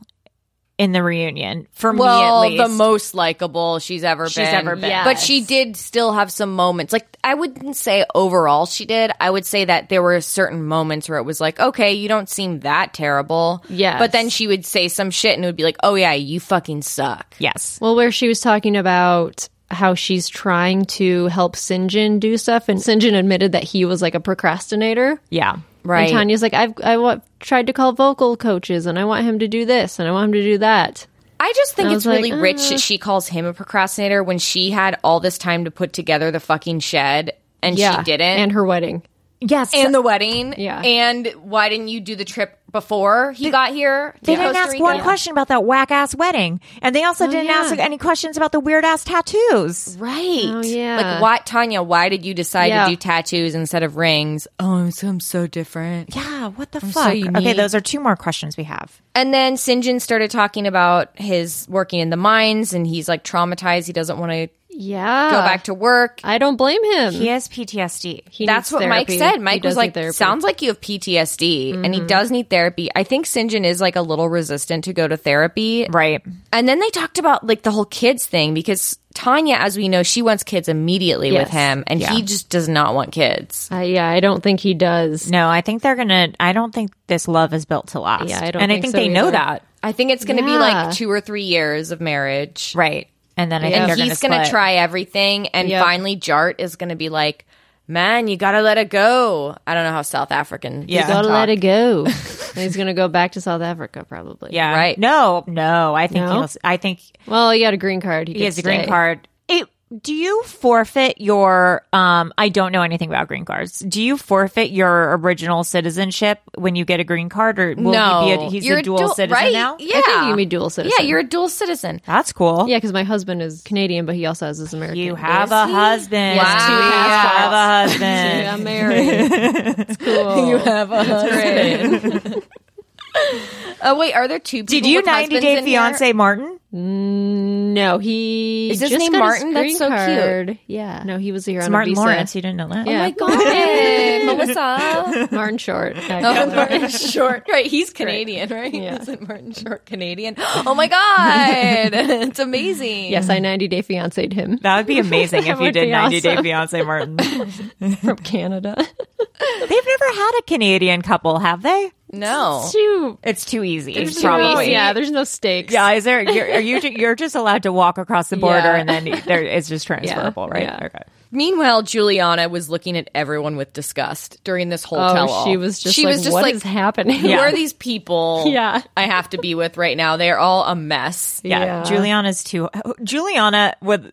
S5: in the reunion for
S7: well,
S5: me at least.
S7: the most likable she's ever
S5: She's
S7: been.
S5: ever been. Yes.
S7: But she did still have some moments. Like I wouldn't say overall she did. I would say that there were certain moments where it was like, okay, you don't seem that terrible.
S6: Yes.
S7: But then she would say some shit and it would be like, oh yeah, you fucking suck.
S5: yes,
S6: Well, where she was talking about how she's trying to help Sinjin do stuff, and Sinjin admitted that he was like a procrastinator.
S5: yeah,
S7: Right.
S6: And Tanya's like, I've I wa- tried to call vocal coaches, and I want him to do this, and I want him to do that.
S7: I just think
S6: I
S7: it's
S6: was
S7: really
S6: like, "Uh."
S7: rich that she calls him a procrastinator when she had all this time to put together the fucking shed and she didn't.
S6: And her wedding.
S5: yes.
S7: and the wedding.
S6: Yeah.
S7: And why didn't you do the trip before he got here?
S5: They
S7: to
S5: didn't
S7: Costa
S5: ask
S7: Rica?
S5: one question about that whack ass wedding, and they
S6: Oh,
S5: also didn't ask any questions about the weird ass tattoos.
S7: Right.
S6: Oh, yeah.
S7: Like why Tanya, why did you decide
S6: Yeah.
S7: to do tattoos instead of rings? Oh, I'm so, I'm so different.
S5: Yeah, what the
S7: so
S5: fuck? okay,
S7: unique.
S5: those are two more questions we have.
S7: And then Sinjin started talking about his working in the mines and he's like traumatized. He doesn't want to
S6: Yeah.
S7: go back to work.
S6: I don't blame him.
S5: He has PTSD.
S6: He
S7: That's
S6: needs
S7: what Mike
S6: therapy.
S7: said.
S6: He
S7: Mike
S6: does
S7: was
S6: need
S7: like,
S6: therapy.
S7: sounds like you have PTSD and
S5: Mm-hmm.
S7: he does need therapy. I think Sinjin is like a little resistant to go to therapy.
S5: right.
S7: And then they talked about like the whole kids thing because Tanya, as we know, she wants kids immediately with
S6: Yes.
S7: him and he just does not want kids.
S6: Uh, yeah, I don't think he does.
S5: No, I think they're gonna. I don't think this love is built to last.
S6: Yeah, I don't
S5: And I
S6: think
S5: think
S6: so
S5: they know
S6: either.
S5: that,
S7: I think it's going to be
S6: Yeah.
S7: like two or three years of marriage.
S5: right? And then I think
S7: And
S5: they're
S7: he's going
S5: split.
S7: to try everything. And
S6: Yep.
S7: finally, Jart is going to be like, man, you got to let it go. I don't know how South African.
S5: Yeah.
S6: Gotta
S7: talk.
S6: let it go. He's gonna go back to South Africa probably.
S5: Yeah.
S7: Right.
S5: No, no. I think
S6: No?
S5: he'll. I think
S6: Well, he got a green card. He,
S5: he has a
S6: could
S5: green
S6: stay.
S5: card. It, do you forfeit your? Um, I don't know anything about green cards. Do you forfeit your original citizenship when you get a green card, or will
S7: no.
S5: he be a, he's
S7: You're
S5: a dual citizen
S7: right?
S5: now?
S7: Yeah.
S6: I think you can be dual citizen.
S7: Yeah, you're a dual citizen.
S5: That's cool.
S6: Yeah, because my husband is Canadian, but he also has his American.
S5: You have a husband.
S7: Wow.
S5: You have a husband.
S6: I'm married. it's cool. You have a husband.
S7: Oh, wait, are there two people?
S5: Did you
S7: with
S5: 90
S7: husbands
S5: Day
S7: in here?
S5: Fiance Martin?
S6: no, he
S7: Is his
S6: just
S7: name
S6: got
S7: Martin? That's
S6: green
S7: so cute.
S6: card. Yeah, no, he was here on Oh
S5: Martin
S6: a visa.
S5: Lawrence. You didn't know that.
S6: Yeah,
S7: Hey, Melissa.
S6: Martin Short.
S7: Martin Short. Right, he's Canadian, right? Isn't Martin Short Canadian? Oh my God. it's amazing.
S6: yes, I 90 Day Fiancé'd him
S5: That would be amazing if you
S6: would
S5: did
S6: be
S5: 90 Day
S6: awesome.
S5: Fiance Martin. They've
S6: from Canada.
S5: never never had a Canadian couple, have they?
S7: No.
S6: Too,
S5: It's too easy.
S6: too
S5: probably.
S6: easy. Yeah, there's no stakes.
S5: Yeah, is there? You're, are you? ju- You're just allowed to walk across the border,
S6: Yeah.
S5: and then there, it's just transferable, right?
S6: yeah.
S5: Okay.
S7: Meanwhile, Juliana was looking at everyone with disgust during this whole
S6: Oh,
S7: tell-all.
S6: she was just like, "What is happening?"
S7: Who
S6: Yeah.
S7: are these people?
S6: Yeah.
S7: I have to be with right now. They are all a mess.
S5: Yeah, Juliana's too. Juliana with.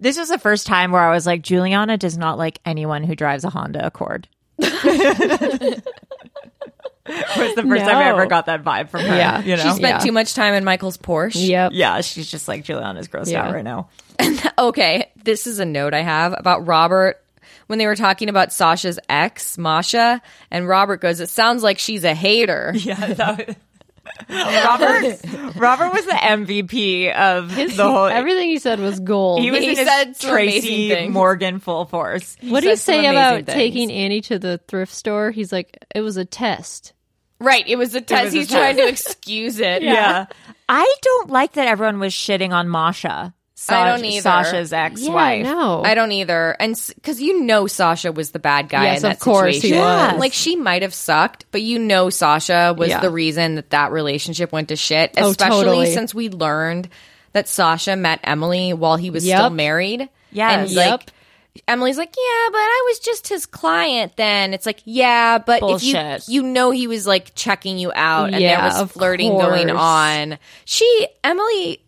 S5: This was the first time where I was like, Juliana does not like anyone who drives a Honda Accord. was the first time I
S6: No.
S5: ever got that vibe from her.
S6: Yeah.
S5: you know.
S7: She spent
S6: Yeah.
S7: too much time in Michael's Porsche.
S6: Yep.
S5: yeah, she's just like Juliana's grossed
S6: Yeah.
S5: out right now.
S7: Okay, this is a note I have about Robert when they were talking about Sasha's ex, Masha, and Robert goes, "It sounds like she's a hater."
S5: Yeah, that Robert. Robert was the MVP of the whole.
S6: Everything he said was gold.
S5: he was
S7: he
S5: in his
S7: said some amazing
S5: Tracy
S7: things.
S5: Morgan full force.
S6: what do you
S7: said some
S6: say
S7: amazing
S6: about
S7: things.
S6: taking Annie to the thrift store? He's like, it was a test.
S7: Right, it was a test. He's trying to excuse it.
S5: Yeah. I don't like that everyone was shitting on Masha. Sa-
S7: I don't either.
S5: Sasha's
S6: Yeah,
S5: ex-wife.
S6: no.
S7: I don't either, and because you know Sasha was the bad guy
S6: Yes,
S7: in that
S6: of course he
S7: situation.
S6: was.
S7: Like she might have sucked, but you know Sasha was
S6: Yeah.
S7: the reason that that relationship went to shit.
S6: Oh,
S7: Especially
S6: totally.
S7: since we learned that Sasha met Emily while he was still
S6: Yep.
S7: married.
S5: Yes.
S7: and like.
S6: Yep.
S7: Emily's like, yeah, but I was just his client then. It's like, yeah, but
S5: Bullshit.
S7: if you you know he was like checking you out and
S6: Yeah,
S7: there was
S6: of
S7: flirting going
S6: course.
S7: on. She Emily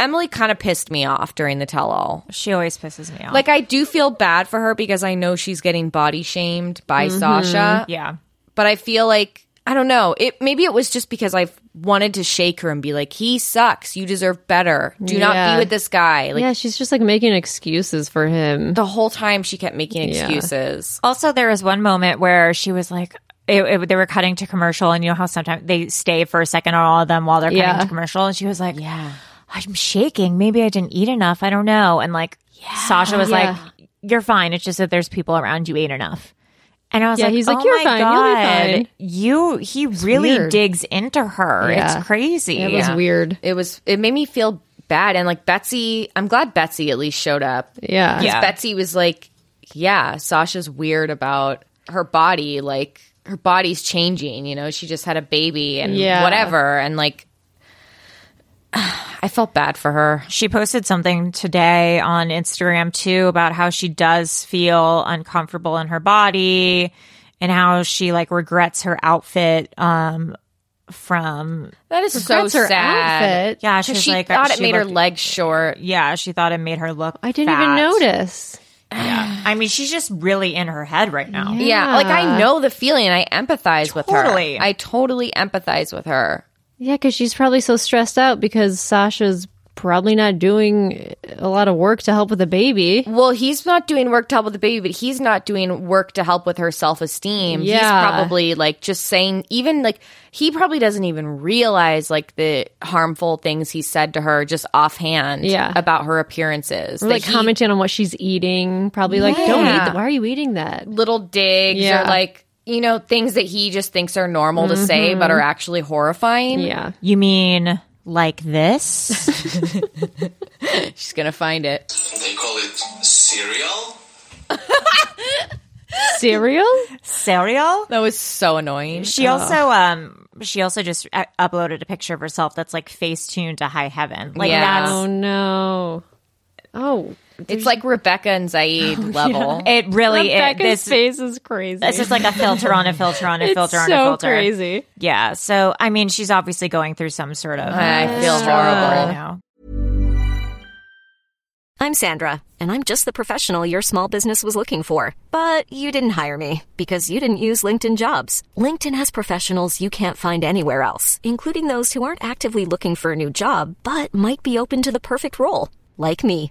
S7: Emily kind of pissed me off during the tell all.
S5: She always pisses me off.
S7: Like I do feel bad for her because I know she's getting body shamed by
S6: Mm-hmm. uh,
S7: Sasha.
S5: yeah.
S7: But I feel like I don't know. It maybe it was just because I wanted to shake her and be like, "He sucks. You deserve better. Do not
S6: Yeah.
S7: be with this guy." Like
S6: yeah, she's just like making excuses for him.
S7: the whole time she kept making excuses.
S5: Also, there was one moment where she was like, it, it- they were cutting to commercial, and you know how sometimes they stay for a second on all of them while they're
S6: Yeah.
S5: cutting to commercial, and she was like, "Yeah, I'm shaking. Maybe I didn't eat enough. I don't know." And like, Sasha was
S6: Yeah.
S5: like, "You're fine. It's just that there's people around you ate enough." And I was
S6: Yeah,
S5: like,
S6: he's like,
S5: "Oh
S6: "You're
S5: my
S6: fine. You'll be
S5: God,
S6: fine."
S5: you." He really
S6: weird.
S5: digs into her.
S6: Yeah.
S5: It's crazy.
S6: It was weird.
S7: It was it made me feel bad and like Betsy, I'm glad Betsy at least showed up.
S6: Yeah.
S7: Because Betsy was like, yeah, Sasha's weird about her body. Like, her body's changing. You know, she just had a baby and
S6: Yeah.
S7: whatever. And like, I felt bad for her.
S5: She posted something today on Instagram too about how she does feel uncomfortable in her body and how she like regrets her outfit um from
S7: That is so
S6: her
S7: sad.
S6: outfit.
S5: yeah, she
S7: Because
S5: was
S7: she
S5: like
S7: thought it
S5: she
S7: made her
S5: looked-
S7: legs short.
S5: Yeah, she thought it made her look
S6: I didn't even
S5: fat.
S6: notice.
S5: I mean, she's just really in her head right now.
S7: Yeah. like I know the feeling. I empathize
S5: Totally.
S7: with her. I totally empathize with her.
S6: Yeah, because she's probably so stressed out because Sasha's probably not doing a lot of work to help with the baby.
S7: Well, he's not doing work to help with the baby, but he's not doing work to help with her self esteem.
S6: Yeah.
S7: He's probably like just saying, even like, he probably doesn't even realize like the harmful things he said to her just offhand
S6: Yeah.
S7: about her appearances.
S6: Or, like
S7: That he-
S6: commenting on what she's eating. Probably like, don't eat
S7: Yeah.
S6: that. Why are you eating that?
S7: little digs
S6: Yeah.
S7: or like, you know, things that he just thinks are normal to say but are actually horrifying.
S6: Yeah.
S5: You mean like this?
S7: She's going to find it.
S8: They call it cereal.
S6: Cereal?
S5: Cereal?
S7: That was so annoying.
S5: She also um she also just uh, uploaded a picture of herself that's like face tuned to high heaven. Like
S7: Yeah.
S5: that's
S6: Oh, no. Oh.
S7: It's like Rebecca and Zaid level.
S5: It really is.
S6: Rebecca's
S5: This,
S6: face is crazy.
S5: this is like a filter on a filter on a
S6: it's
S5: filter on a
S6: so
S5: filter.
S6: crazy.
S5: Yeah. So I mean, she's obviously going through some sort of.
S7: I feel
S5: struggle right
S7: horrible.
S5: now.
S9: I'm Sandra, and I'm just the professional your small business was looking for. But you didn't hire me because you didn't use LinkedIn jobs. LinkedIn has professionals you can't find anywhere else, including those who aren't actively looking for a new job but might be open to the perfect role, like me.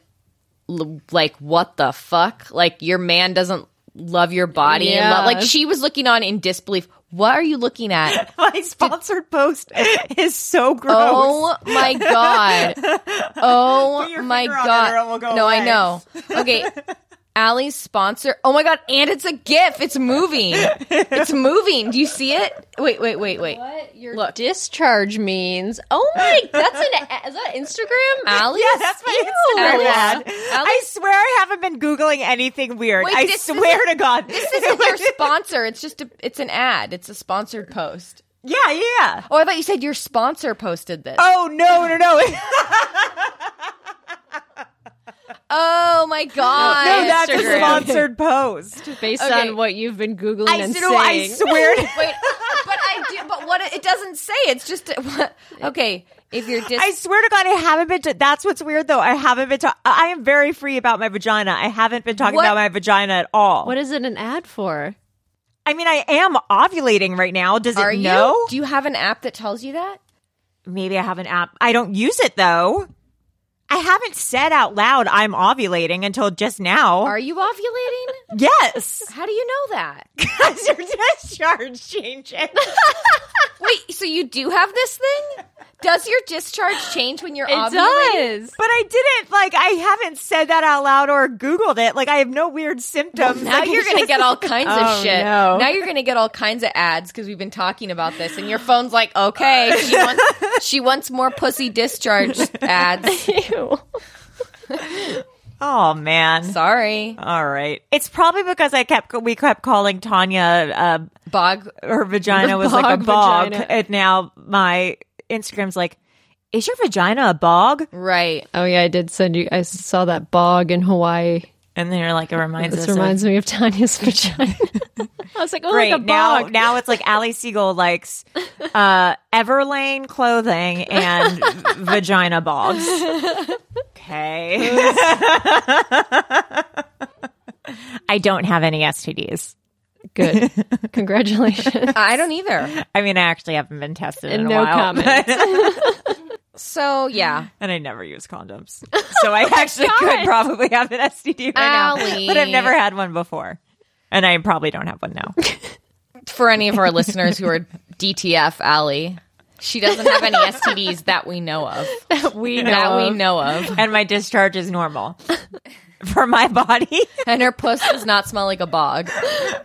S7: l- like, what the fuck? Like, your man doesn't love your body. and
S5: Yeah.
S7: lo- like, she was looking on in disbelief. What are you looking at?
S5: My sponsored post is so gross.
S7: Oh my god. Oh my
S5: finger on it
S7: god.
S5: or it will go
S7: no, I
S5: away.
S7: know. Okay. Allie's sponsor. Oh my god, and it's a gif. It's moving. It's moving. Do you see it? Wait, wait, wait, wait. What? Your
S6: Look. discharge means. Oh my, that's an is that Instagram?
S7: Allie?
S5: Yeah, that's my Instagram ad. I swear I haven't been Googling anything weird.
S7: Wait,
S5: I
S7: this
S5: swear
S7: isn't-
S5: to God.
S7: This isn't your sponsor. It's just a it's an ad. It's a sponsored post.
S5: Yeah, yeah, yeah.
S7: Oh, I thought you said your sponsor posted this.
S5: Oh, no, no, no.
S7: Oh my god.
S5: no, that's a
S7: Instagram.
S5: sponsored post.
S6: Based
S7: Okay.
S6: on what you've been googling
S7: I
S6: and
S7: s- no, I
S6: saying.
S5: swear to-
S7: Wait, but I do. But what it doesn't say. It's just what, okay. If you're dis-
S5: I swear to God, I haven't been. To, that's what's weird, though. I haven't been. Ta- I am very free about my vagina. I haven't been talking
S6: What-
S5: about my vagina at all.
S6: What is it an ad for?
S5: I mean, I am ovulating right now. Does
S7: Are
S5: it
S7: you?
S5: know?
S7: Do you have an app that tells you that?
S5: Maybe I have an app. I don't use it though. I haven't said out loud I'm ovulating until just now.
S7: Are you ovulating?
S5: yes.
S7: How do you know that?
S5: Because your discharge changes.
S7: Wait, so you do have this thing? Does your discharge change when you're
S6: It
S7: ovulating?
S6: does.
S5: But I didn't like I haven't said that out loud or Googled it. Like I have no weird symptoms.
S7: Now
S5: Like,
S7: you're
S5: it's
S7: gonna
S5: just-
S7: get all kinds of
S5: Oh,
S7: shit.
S5: no.
S7: Now you're gonna get all kinds of ads because we've been talking about this, and your phone's like,
S5: Uh,
S7: okay, she wants, she wants more pussy discharge ads.
S5: Oh man.
S7: Sorry,
S5: All right. It's probably because I kept we kept calling Tanya uh,
S7: bog.
S5: her vagina was like a
S6: Bog
S5: bog,
S6: vagina.
S5: and now my Instagram's like, is your vagina a bog?
S7: Right.
S6: Oh yeah, I did send you. I saw that bog in Hawaii.
S5: And then you're like, it reminds
S6: This
S5: us. of-
S6: reminds me of Tanya's vagina. I was like, oh,
S5: Great.
S6: like a
S5: now,
S6: bog.
S5: now it's like Ali Siegel likes uh, Everlane clothing and vagina bogs. Okay. I don't have any STDs.
S6: Good. Congratulations.
S7: I don't either.
S5: I mean, I actually haven't been tested in
S6: And
S5: a
S6: no
S5: while,
S6: comments.
S7: So yeah,
S5: and I never use condoms, so I actually could probably have an STD right
S7: Allie.
S5: now, but I've never had one before, and I probably don't have one now.
S7: for any of our listeners who are DTF, Allie, she doesn't have any STDs that we know of.
S6: we know.
S7: That we
S6: of.
S7: know of.
S5: and my discharge is normal for my body.
S7: And her puss does not smell like a bog.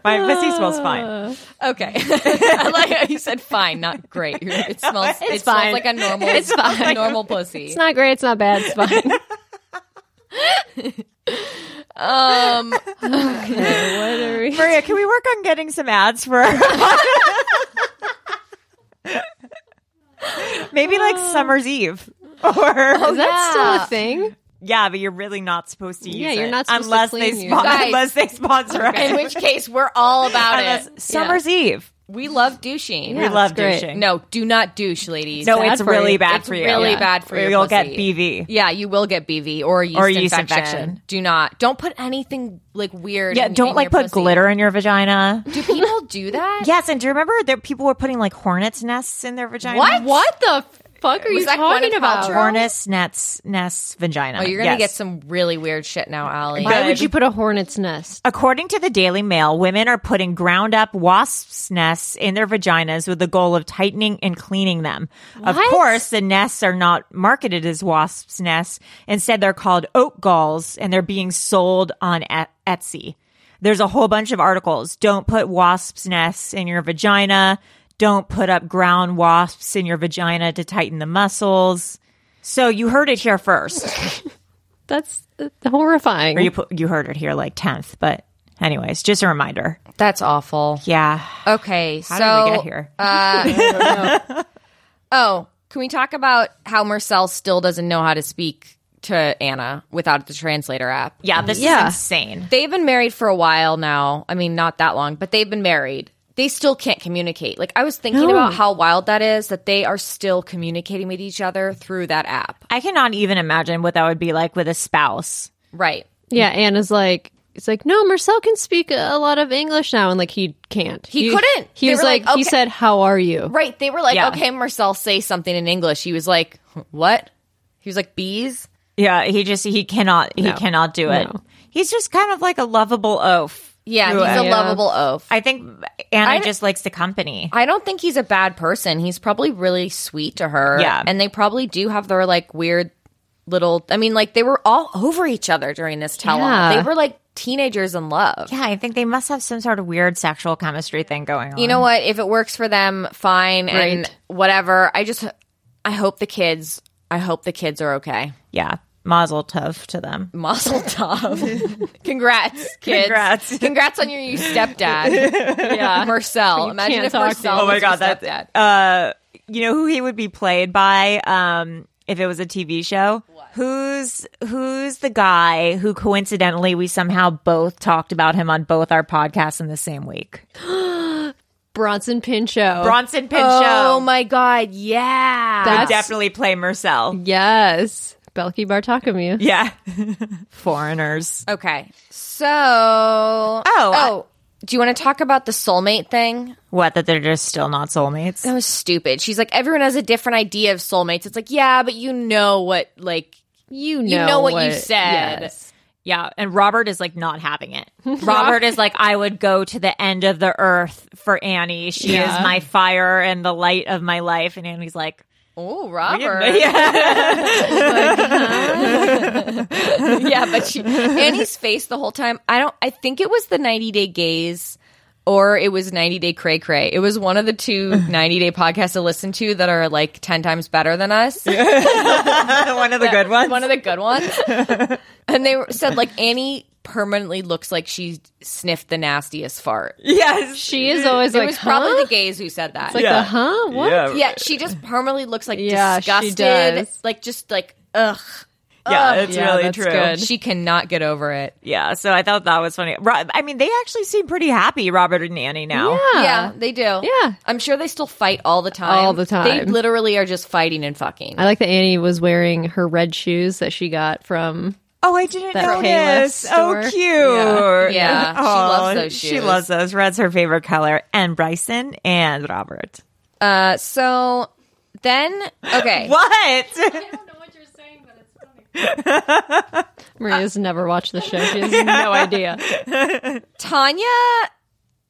S5: My pussy smells fine.
S7: Okay. I like how you said fine, not great. You're- It smells
S6: it's
S7: it smells
S6: fine.
S7: like a normal
S6: It's fine.
S7: normal pussy.
S6: It's not great. It's not bad. It's fine.
S7: Um
S6: what are we?
S5: Maria, can we work on getting some ads for? Maybe like
S7: Oh.
S5: summer's eve, or
S6: Is that still a thing?
S5: yeah, but you're really not supposed to use
S6: Yeah, you're
S5: it
S6: not supposed to
S5: unless
S6: clean
S5: they
S6: you.
S5: spon-
S7: Guys.
S5: unless they sponsor
S7: in
S5: it.
S7: which case we're all about
S5: Unless-
S7: it.
S5: summer's eve,
S7: We love douching.
S6: Yeah,
S5: we love
S6: it's great.
S5: douching.
S7: No, do not douche, ladies.
S5: no,
S6: bad
S5: it's
S6: for
S5: really
S6: you.
S5: bad
S7: It's
S5: for you.
S7: really bad for your
S5: You'll get
S7: pussy.
S5: BV.
S7: Yeah, you will get BV or a yeast,
S5: Or yeast
S7: infection.
S5: infection.
S7: Do not. Don't put anything like weird.
S5: Yeah,
S7: in-
S5: don't
S7: in
S5: like
S7: your
S5: put
S7: pussy.
S5: glitter in your vagina.
S7: Do people do that?
S5: yes, and do you remember that people were putting like hornets nests in their vagina?
S6: What? What the fuck are
S7: Was
S6: you
S7: that
S6: talking
S7: Gwyneth
S6: about?
S7: Paltrow?
S5: Hornets nests nests vagina.
S7: Oh, you're gonna
S5: Yes.
S7: get some really weird shit now, Allie.
S6: Why
S5: Good.
S6: would you put a hornet's nest?
S5: According to the Daily Mail, women are putting ground up wasps' nests in their vaginas with the goal of tightening and cleaning them. Of
S6: What?
S5: course, the nests are not marketed as wasps' nests. Instead, they're called oak galls and they're being sold on Et- Etsy. There's a whole bunch of articles. Don't put wasps' nests in your vagina. Don't put up ground wasps in your vagina to tighten the muscles. So you heard it here first.
S6: That's uh, horrifying.
S5: or you put, you heard it here like 10th, but anyways, just a reminder.
S7: That's awful.
S5: Yeah.
S7: Okay,
S5: How
S7: so uh,
S5: did we get here?
S7: oh, can we talk about how Marcel still doesn't know how to speak to Anna without the translator app?
S5: yeah, this
S6: yeah.
S5: is insane.
S7: They've been married for a while now. I mean, not that long, but they've been married. they still can't communicate. Like I was thinking
S5: No.
S7: about how wild that is that they are still communicating with each other through that app.
S5: I cannot even imagine what that would be like with a spouse.
S7: Right.
S6: Yeah, Anna's like, it's like, no, Marcel can speak a lot of English now, and like he can't.
S7: He couldn't.
S6: He
S7: They
S6: was
S7: were like,
S6: like, he
S7: okay.
S6: said, "How are you?"
S7: Right. They were like,
S6: Yeah.
S7: okay, Marcel, say something in English. He was like, what? He was like, bees?
S5: Yeah, he just he cannot he
S7: No.
S5: cannot do it.
S7: No.
S5: He's just kind of like a lovable oaf.
S7: Yeah,
S5: Who- uh,
S7: he's a lovable oaf.
S5: I think Anna
S7: I-
S5: just likes the company.
S7: I don't think he's a bad person. He's probably really sweet to her.
S5: Yeah.
S7: And they probably do have their like weird little, I mean, like they were all over each other during this tell
S5: Yeah.
S7: They were like teenagers in love.
S5: Yeah, I think they must have some sort of weird sexual chemistry thing going on.
S7: You know what? If it works for them, fine and
S5: Right.
S7: whatever. I just, I hope the kids, I hope the kids are okay.
S5: Yeah, mazel tov to them.
S7: Mazel tov. Congrats, kids.
S5: Congrats.
S7: Congrats on your new stepdad. yeah. Marcel.
S5: You
S7: Imagine
S5: can't
S7: if
S5: talk
S7: Marcel
S5: to- Oh my
S7: was
S5: God,
S7: your
S5: that-
S7: stepdad.
S5: Uh, you know who he would be played by um, if it was a TV show? Who's who's the guy who coincidentally we somehow both talked about him on both our podcasts in the same week?
S6: Bronson Pinchot.
S5: Bronson Pinchot.
S7: Oh my god, yeah.
S5: Would definitely play Marcel.
S6: Yes, Belki Bartakamiu.
S5: Yeah, foreigners.
S7: Okay. So Oh. Oh. Do you want to talk about the soulmate thing?
S5: What that they're just still not soulmates.
S7: That was stupid. She's like, everyone has a different idea of soulmates. It's like, yeah, but you know what like
S6: you
S7: you know what, you said.
S5: Yeah, and Robert is like not having it. Robert is like, I would go to the end of the earth for Annie. She
S7: Yeah.
S5: is my fire and the light of my life. And Annie's like,
S7: Oh, Robert. yeah, but she Annie's face the whole time. I don't. I think it was the ninety day gaze, or it was ninety day cray cray. It was one of the two 90 day podcasts to listen to that are like ten times better than us.
S5: one of the good ones.
S7: One of the good ones. and they were- said like Annie permanently looks like she sniffed the nastiest fart.
S5: Yes,
S6: she is always
S7: it
S6: like,
S7: was probably
S6: "Huh?"
S7: the gays who said that.
S6: It's like the huh? What?
S7: Yeah, she just permanently looks like
S6: Yeah, she
S7: disgusted.
S6: does.
S7: Like just like ugh.
S5: Yeah,
S7: Ugh.
S5: it's Yeah, really that's true. good.
S7: She cannot get over it.
S5: Yeah, so I thought that was funny. Ro- I mean, they actually seem pretty happy, Robert and Annie now.
S7: Yeah. they do. Yeah. I'm sure they still fight all the time.
S6: All the
S7: They
S6: time.
S7: literally are just fighting and fucking.
S6: I like that Annie was wearing her red shoes that she got from.
S5: Oh, I didn't
S6: That
S5: notice.
S6: Payless
S5: Oh,
S6: store.
S5: cute.
S6: Yeah.
S7: Yeah, she loves those
S5: She
S7: shoes.
S5: loves those. Red's her favorite color, and Bryson and Robert.
S7: Uh so then okay.
S5: What?
S6: Maria's never watched the show. She has no idea.
S7: Tanya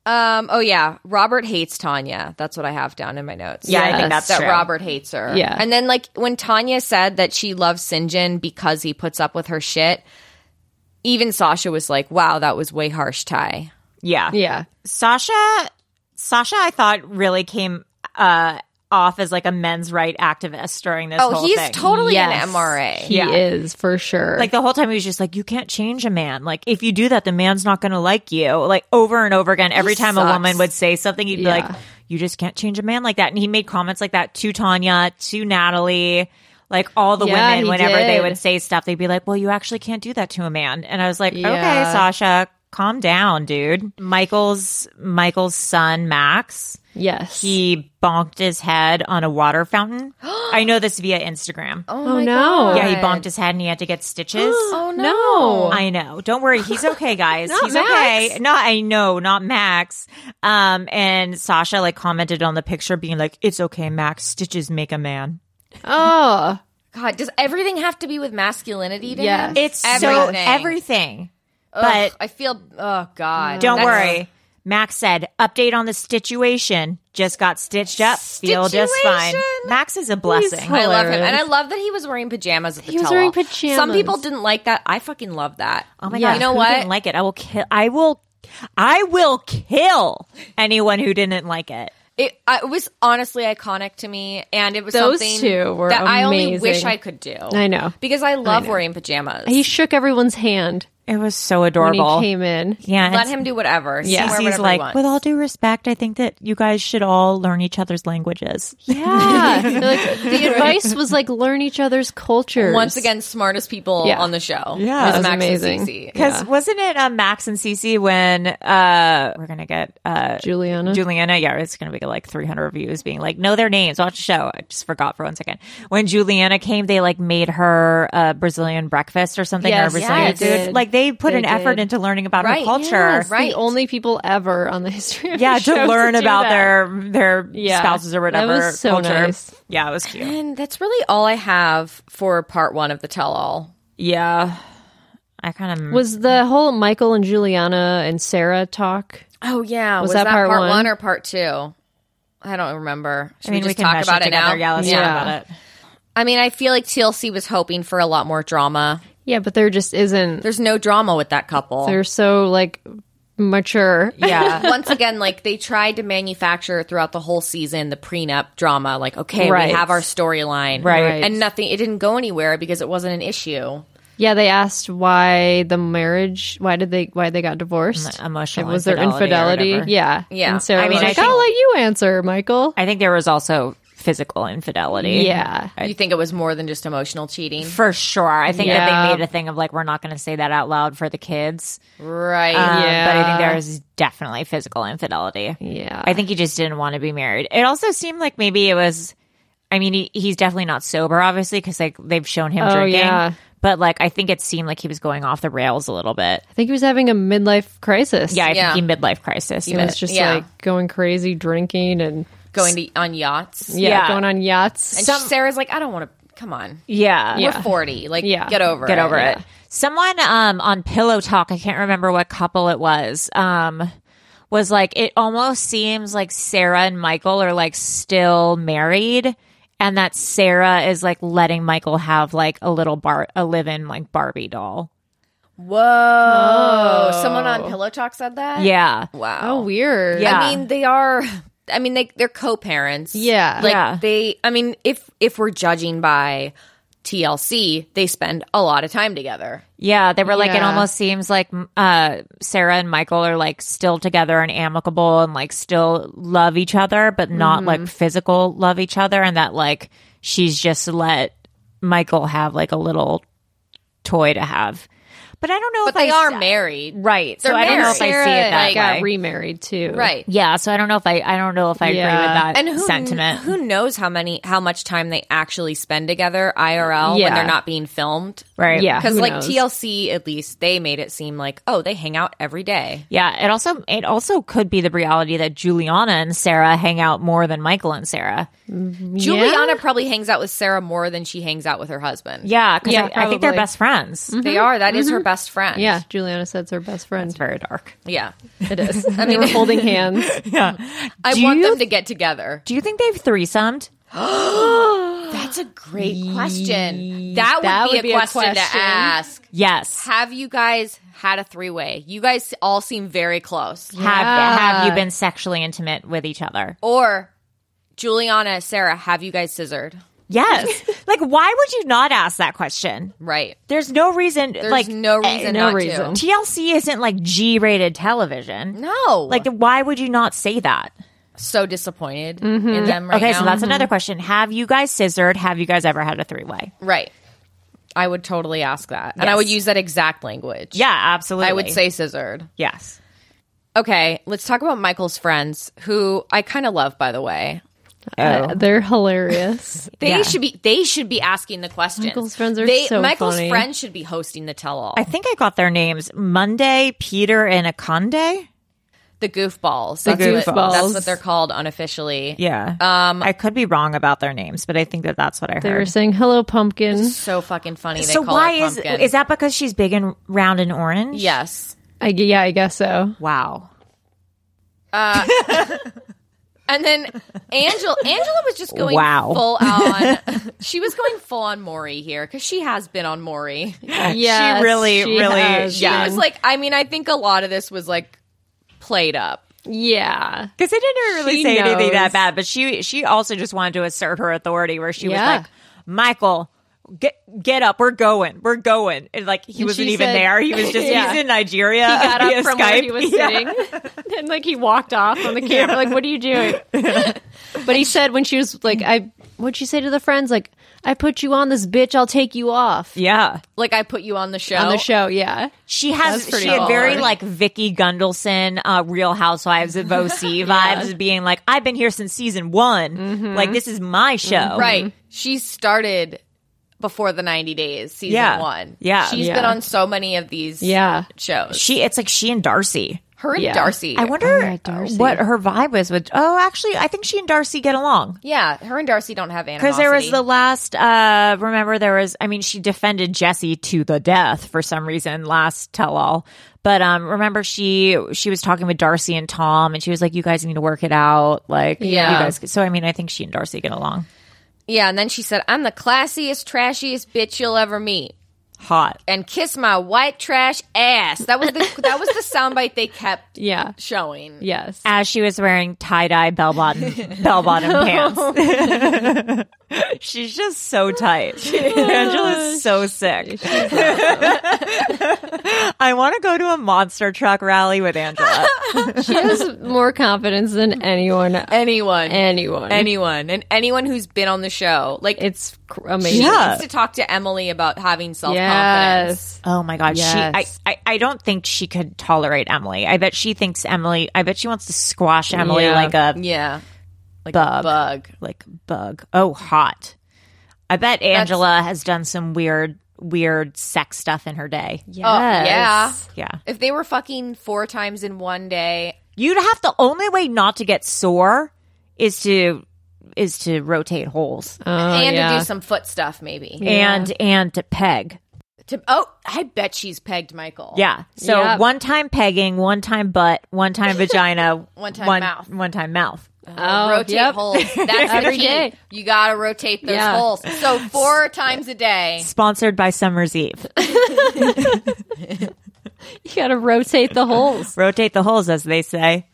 S7: um oh yeah, Robert hates Tanya. That's what I have down in my notes.
S5: Yeah, I think Yes. that's
S7: that
S5: true.
S7: Robert hates her.
S5: Yeah.
S7: And then like when Tanya said that she loves Sinjin because he puts up with her shit, even Sasha was like, "Wow, that was way harsh, Ty."
S5: Yeah. Sasha Sasha I thought really came uh off as like a men's right activist during this
S7: Oh,
S5: whole
S7: he's
S5: thing.
S7: totally an Yes. MRA.
S6: He is for sure.
S5: Like the whole time he was just like, You can't change a man. Like if you do that, the man's not gonna like you. Like over and over again, every time a
S6: sucks.
S5: woman would say something, he'd be
S6: Yeah.
S5: like, You just can't change a man like that. And he made comments like that to Tanya, to Natalie. Like all the
S6: Yeah,
S5: women,
S6: he
S5: whenever they
S6: did.
S5: would say stuff, they'd be like, Well, you actually can't do that to a man. And I was like, Okay,
S6: Yeah.
S5: Sasha, calm down, dude. Michael's Michael's son, Max.
S6: Yes.
S5: He bonked his head on a water fountain. I know this via Instagram.
S6: Oh, my no. God.
S5: Yeah, he bonked his head and he had to get stitches.
S6: Oh, no.
S5: I know. Don't worry, he's okay, guys.
S6: Not
S5: he's
S6: Max.
S5: okay. No, I know, not Max. Um, and Sasha like commented on the picture, being like, "It's okay, Max. Stitches make a man."
S6: Oh.
S7: God, does everything have to be with masculinity? To
S5: Yes.
S7: him?
S5: It's so- everything.
S7: Ugh,
S5: But-
S7: I feel oh god.
S5: Don't
S7: That's-
S5: worry. Max said, update on the situation. Just got stitched up. Feel just fine.
S7: Situation?
S5: Max is a blessing.
S7: I love him, and I love that he was wearing pajamas at the
S5: He was
S7: tell-all.
S5: wearing pajamas.
S7: Some people didn't like that. I fucking love that.
S5: Oh my
S7: Yeah.
S5: god!
S7: You know
S5: who
S7: what?
S5: Didn't like it. I will kill. I will. I will kill anyone who didn't like it.
S7: It, I- it was honestly iconic to me, and it was
S6: Those
S7: something
S6: two were
S7: that I only wish
S6: amazing.
S7: I could do.
S6: I know.
S7: because I love
S6: I know.
S7: wearing pajamas.
S6: He shook everyone's hand.
S5: It was so adorable.
S6: came in.
S5: Yeah.
S7: Let
S5: it's-
S7: him do whatever.
S5: Yeah.
S7: Swear
S5: He's
S7: whatever he
S5: like,
S7: wants.
S5: with all due respect, I think that you guys should all learn each other's languages.
S6: Yeah. They're like, the advice was like learn each other's cultures.
S7: Once again, smartest people
S6: Yeah.
S7: on the show.
S6: Yeah.
S7: was
S6: That was
S7: Max and
S6: amazing.
S7: Cece.
S5: Because wasn't it uh, Max and Cece when uh, we're gonna get uh,
S6: Juliana?
S5: Juliana, yeah, it's gonna be like 300 reviews being like, know their names, watch the show. I just forgot for one second. When Juliana came, they like made her a Brazilian breakfast or something
S6: Yes,
S5: or a Brazilian
S6: yeah, they
S5: food.
S6: did.
S5: Like they put
S6: They
S5: an effort
S6: did.
S5: into learning about her
S6: Right,
S5: culture,
S6: yes, The only people ever on the history of
S5: yeah,
S6: the show
S5: to learn
S6: do
S5: about
S6: that.
S5: their their
S6: Yeah.
S5: spouses or
S6: That
S5: whatever
S6: was so
S5: culture.
S6: nice.
S5: Yeah, it was cute.
S7: And that's really all I have for part one of the tell all.
S5: Yeah. I kind of
S6: was the whole Michael and Juliana and Sarah talk.
S7: Oh yeah,
S6: Was that part
S7: part
S6: one?
S7: or part two? I don't remember. Should
S5: I mean,
S7: we
S5: we,
S7: just
S5: can
S7: talk
S5: mesh
S7: about
S5: it
S7: it,
S5: together.
S7: now?
S5: Yeah, let's
S6: Yeah.
S5: talk about it.
S7: I mean, I feel like TLC was hoping for a lot more drama.
S6: Yeah, but there just isn't.
S7: There's no drama with that couple.
S6: They're so like mature.
S7: yeah. Once again, like they tried to manufacture throughout the whole season the prenup drama. Like, okay,
S6: Right.
S7: we have our storyline,
S6: Right.
S7: And nothing. It didn't go anywhere because it wasn't an issue.
S6: Yeah, they asked why the marriage, why did they, why they got divorced?
S5: Emotional
S6: was there
S5: infidelity or
S6: infidelity?
S5: whatever.
S6: yeah,
S7: Yeah.
S6: And Sarah
S5: I
S6: I
S5: mean,
S6: mean,
S5: I
S6: like,
S5: think-
S6: I'll let you answer, Michael.
S5: I think there was also physical infidelity.
S6: Yeah,
S7: You think it was more than just emotional cheating,
S5: For sure. I think that
S6: Yeah.
S5: they made a thing of like, we're not going to say that out loud for the kids.
S7: right?
S5: Um, But I think
S6: Yeah.
S5: there is definitely physical infidelity.
S6: yeah.
S5: I think he just didn't want to be married. It also seemed like maybe it was, I mean, he, he's definitely not sober, obviously, because like they've shown him
S6: Oh,
S5: drinking.
S6: yeah.
S5: But like, I think it seemed like he was going off the rails a little bit.
S6: I think he was having a midlife crisis.
S5: Yeah, I
S7: Yeah.
S5: think he midlife crisis.
S6: he was just
S7: yeah.
S6: like going crazy, drinking, and
S7: Going to, on yachts.
S6: yeah,
S5: Yeah.
S6: going on yachts.
S7: And Sarah's like, I don't want to. Come on.
S5: yeah.
S7: We're 40. Like,
S6: Yeah.
S7: get over
S5: Get
S7: it.
S5: over it. Someone um on Pillow Talk, I can't remember what couple it was. Um was like it almost seems like Sarah and Michael are like still married and that Sarah is like letting Michael have like a little bar a live in like Barbie doll.
S7: Whoa. Someone on Pillow Talk said that?
S5: Yeah.
S7: Oh. Wow.
S6: oh, weird.
S5: Yeah.
S7: I mean, they are. I mean, they they're co-parents.
S6: Yeah.
S7: like
S5: Yeah.
S7: they. I mean, if if we're judging by TLC, they spend a lot of time together.
S5: Yeah, they were like it
S6: Yeah.
S5: almost seems like m- uh Sarah and Michael are like still together and amicable and like still love each other but not
S7: Mm-hmm.
S5: like physical love each other and that like she's just let Michael have like a little toy to have. But I don't know
S7: But
S5: if I
S7: they
S5: s-
S7: are married,
S5: Right. So
S7: They're
S5: I don't know if I
S7: married.
S5: see it that
S7: Sarah,
S6: got
S5: way.
S6: remarried too.
S7: Right.
S5: yeah, so I don't know if I I don't know if I agree with
S6: Yeah.
S5: that
S7: And who kn-
S5: sentiment.
S7: Who knows how many how much time they actually spend together IRL when
S6: Yeah.
S7: they're not being filmed?
S5: right.
S6: Yeah.
S7: Because
S6: who
S7: like
S6: knows?
S7: TLC, at least they made it seem like oh they hang out every day.
S5: Yeah, it also it also could be the reality that Juliana and Sarah hang out more than Michael and Sarah.
S7: Juliana probably hangs out with Sarah more than she hangs out with her husband.
S5: Yeah, because
S6: Yeah,
S5: I, I think they're
S6: probably. Mm-hmm.
S5: best friends.
S7: They are. That is her best friend.
S6: Yeah, Juliana said it's her best friend.
S5: It's very dark.
S7: Yeah.
S6: It is. I mean, we're holding hands.
S7: I
S5: Do
S7: want
S5: you-
S7: them to get together.
S5: Do you think they've threesomed?
S7: That's a great question. That would,
S6: That
S7: be,
S6: would
S7: a,
S6: be a
S7: question to
S6: question.
S7: ask.
S5: Yes.
S7: Have you guys had a three way? You guys all seem very close.
S5: Have Have you been sexually intimate with each other?
S7: Or Juliana, Sarah, have you guys scissored?
S5: Yes. like, why would you not ask that question?
S7: Right.
S5: There's no reason.
S7: There's
S5: like, eh,
S7: no reason
S6: no
S7: not
S6: reason.
S7: to.
S5: TLC isn't like G-rated television.
S7: No.
S5: Like, why would you not say that? Mm-hmm.
S7: so disappointed in them right
S5: okay,
S7: now. Mm-hmm.
S5: so that's another question. Have you guys scissored? Have you guys ever had a three-way?
S7: right. I would totally ask that. And I would use that exact language.
S5: Yeah, absolutely.
S7: I would say scissored.
S5: yes.
S7: Okay, let's talk about Michael's friends, who I kind of love, by the way.
S5: Oh.
S6: Uh, they're hilarious.
S7: They
S5: Yeah.
S7: should be. They should be asking the questions.
S6: Michael's friends are
S7: they,
S6: so
S7: Michael's
S6: funny.
S7: friends should be hosting the tell-all.
S5: I think I got their names: Monday, Peter, and Akonde.
S7: the goofballs.
S5: The
S7: that's what-
S5: goofballs.
S7: that's what they're called unofficially.
S5: Yeah. Um, I could be wrong about their names, but I think that that's what I heard.
S6: They were saying hello, pumpkin.
S7: So fucking funny. They
S5: so
S7: call
S5: why
S7: her
S5: is
S7: pumpkin.
S5: is that because she's big and round and orange?
S7: Yes.
S6: I, gu- yeah, I guess so.
S5: Wow.
S7: And then Angela. Angela was just going
S5: Wow.
S7: full on. she was going full on Maury here because she has been on Maury.
S6: Yes,
S5: really,
S6: she
S5: really-
S6: has
S7: She
S6: been.
S7: was like, I mean, I think a lot of this was like played up.
S6: yeah,
S5: Because they didn't really
S6: She
S5: say anything that
S6: knows.
S5: bad, but she she also just wanted to assert her authority, where she
S6: Yeah.
S5: was like, "Michael,
S6: get get up, we're going, we're going. And like he
S10: And
S6: wasn't
S10: she
S6: even
S10: said-
S6: there. He was just
S10: Yeah.
S6: he's in Nigeria.
S10: He got
S6: Uh, via
S10: up from where
S6: Skype.
S10: he was
S6: Yeah.
S10: sitting, and like he walked off on the camera. Like, what are you doing? but he said when she was like, "I," what'd she say to the friends? Like, "I put you on this bitch. I'll take you off."
S6: Yeah,
S5: like I put you on the show.
S10: on the show. Yeah,
S6: She has she had very like Vicky Gundelson, uh, Real Housewives of OC vibes, being like, I've been here since season one.
S10: Mm-hmm.
S6: Like this is my show.
S5: Right. She started before the 90 days, season
S6: Yeah.
S5: one.
S6: Yeah.
S5: she's
S6: Yeah.
S5: been on so many of these
S6: Yeah.
S5: shows.
S6: She it's like she and Darcy.
S5: Her and Yeah. Darcy.
S6: I
S10: Oh,
S6: wonder what her vibe was with oh actually I think she and Darcy get along.
S5: Yeah, her and Darcy don't have animosity.
S6: Because there was the last, uh, remember there was, I mean, she defended Jesse to the death for some reason last tell all. But, um, remember she, she was talking with Darcy and Tom and she was like, you guys need to work it out. Like,
S5: Yeah.
S6: you guys, so I mean, I think she and Darcy get along.
S5: Yeah, and then she said, "I'm the classiest, trashiest bitch you'll ever meet."
S6: Hot.
S5: And kiss my white trash ass. That was the that was the soundbite they kept
S6: Yeah.
S5: showing.
S10: Yes.
S6: As she was wearing tie dye bell bottom, bell bottom pants. She's just so tight. Angela's so sick. I want to go to a monster truck rally with Angela.
S10: she has more confidence than anyone,
S5: anyone,
S10: anyone,
S5: Anyone and anyone who's been on the show, like
S10: it's
S5: She
S10: amazing.
S5: needs to talk to Emily about having self confidence.
S10: Yes.
S6: Oh my god,
S10: Yes.
S6: she I, I I don't think she could tolerate Emily. I bet she thinks Emily I bet she wants to squash Emily
S5: Yeah.
S6: like a
S5: yeah. Like
S6: bug.
S5: a bug.
S6: Like a bug. Oh hot. I bet Angela has done some weird weird sex stuff in her day.
S5: Oh, yeah.
S6: Yeah.
S5: If they were fucking four times in one day,
S6: You'd have the only way not to get sore is to is to rotate holes.
S10: Oh,
S5: and to do some foot stuff, maybe.
S6: and and to peg.
S5: To, oh, I bet she's pegged Michael.
S6: Yeah. So one time pegging, one time butt, one time vagina,
S5: One time
S6: one,
S5: mouth.
S6: one time mouth.
S5: Oh, rotate holes. That's
S10: Every
S5: the key.
S10: day.
S5: You gotta rotate those
S10: Yeah.
S5: holes. So four times a day.
S6: Sponsored by Summer's Eve.
S10: You got to rotate the holes.
S6: Rotate the holes, as they say.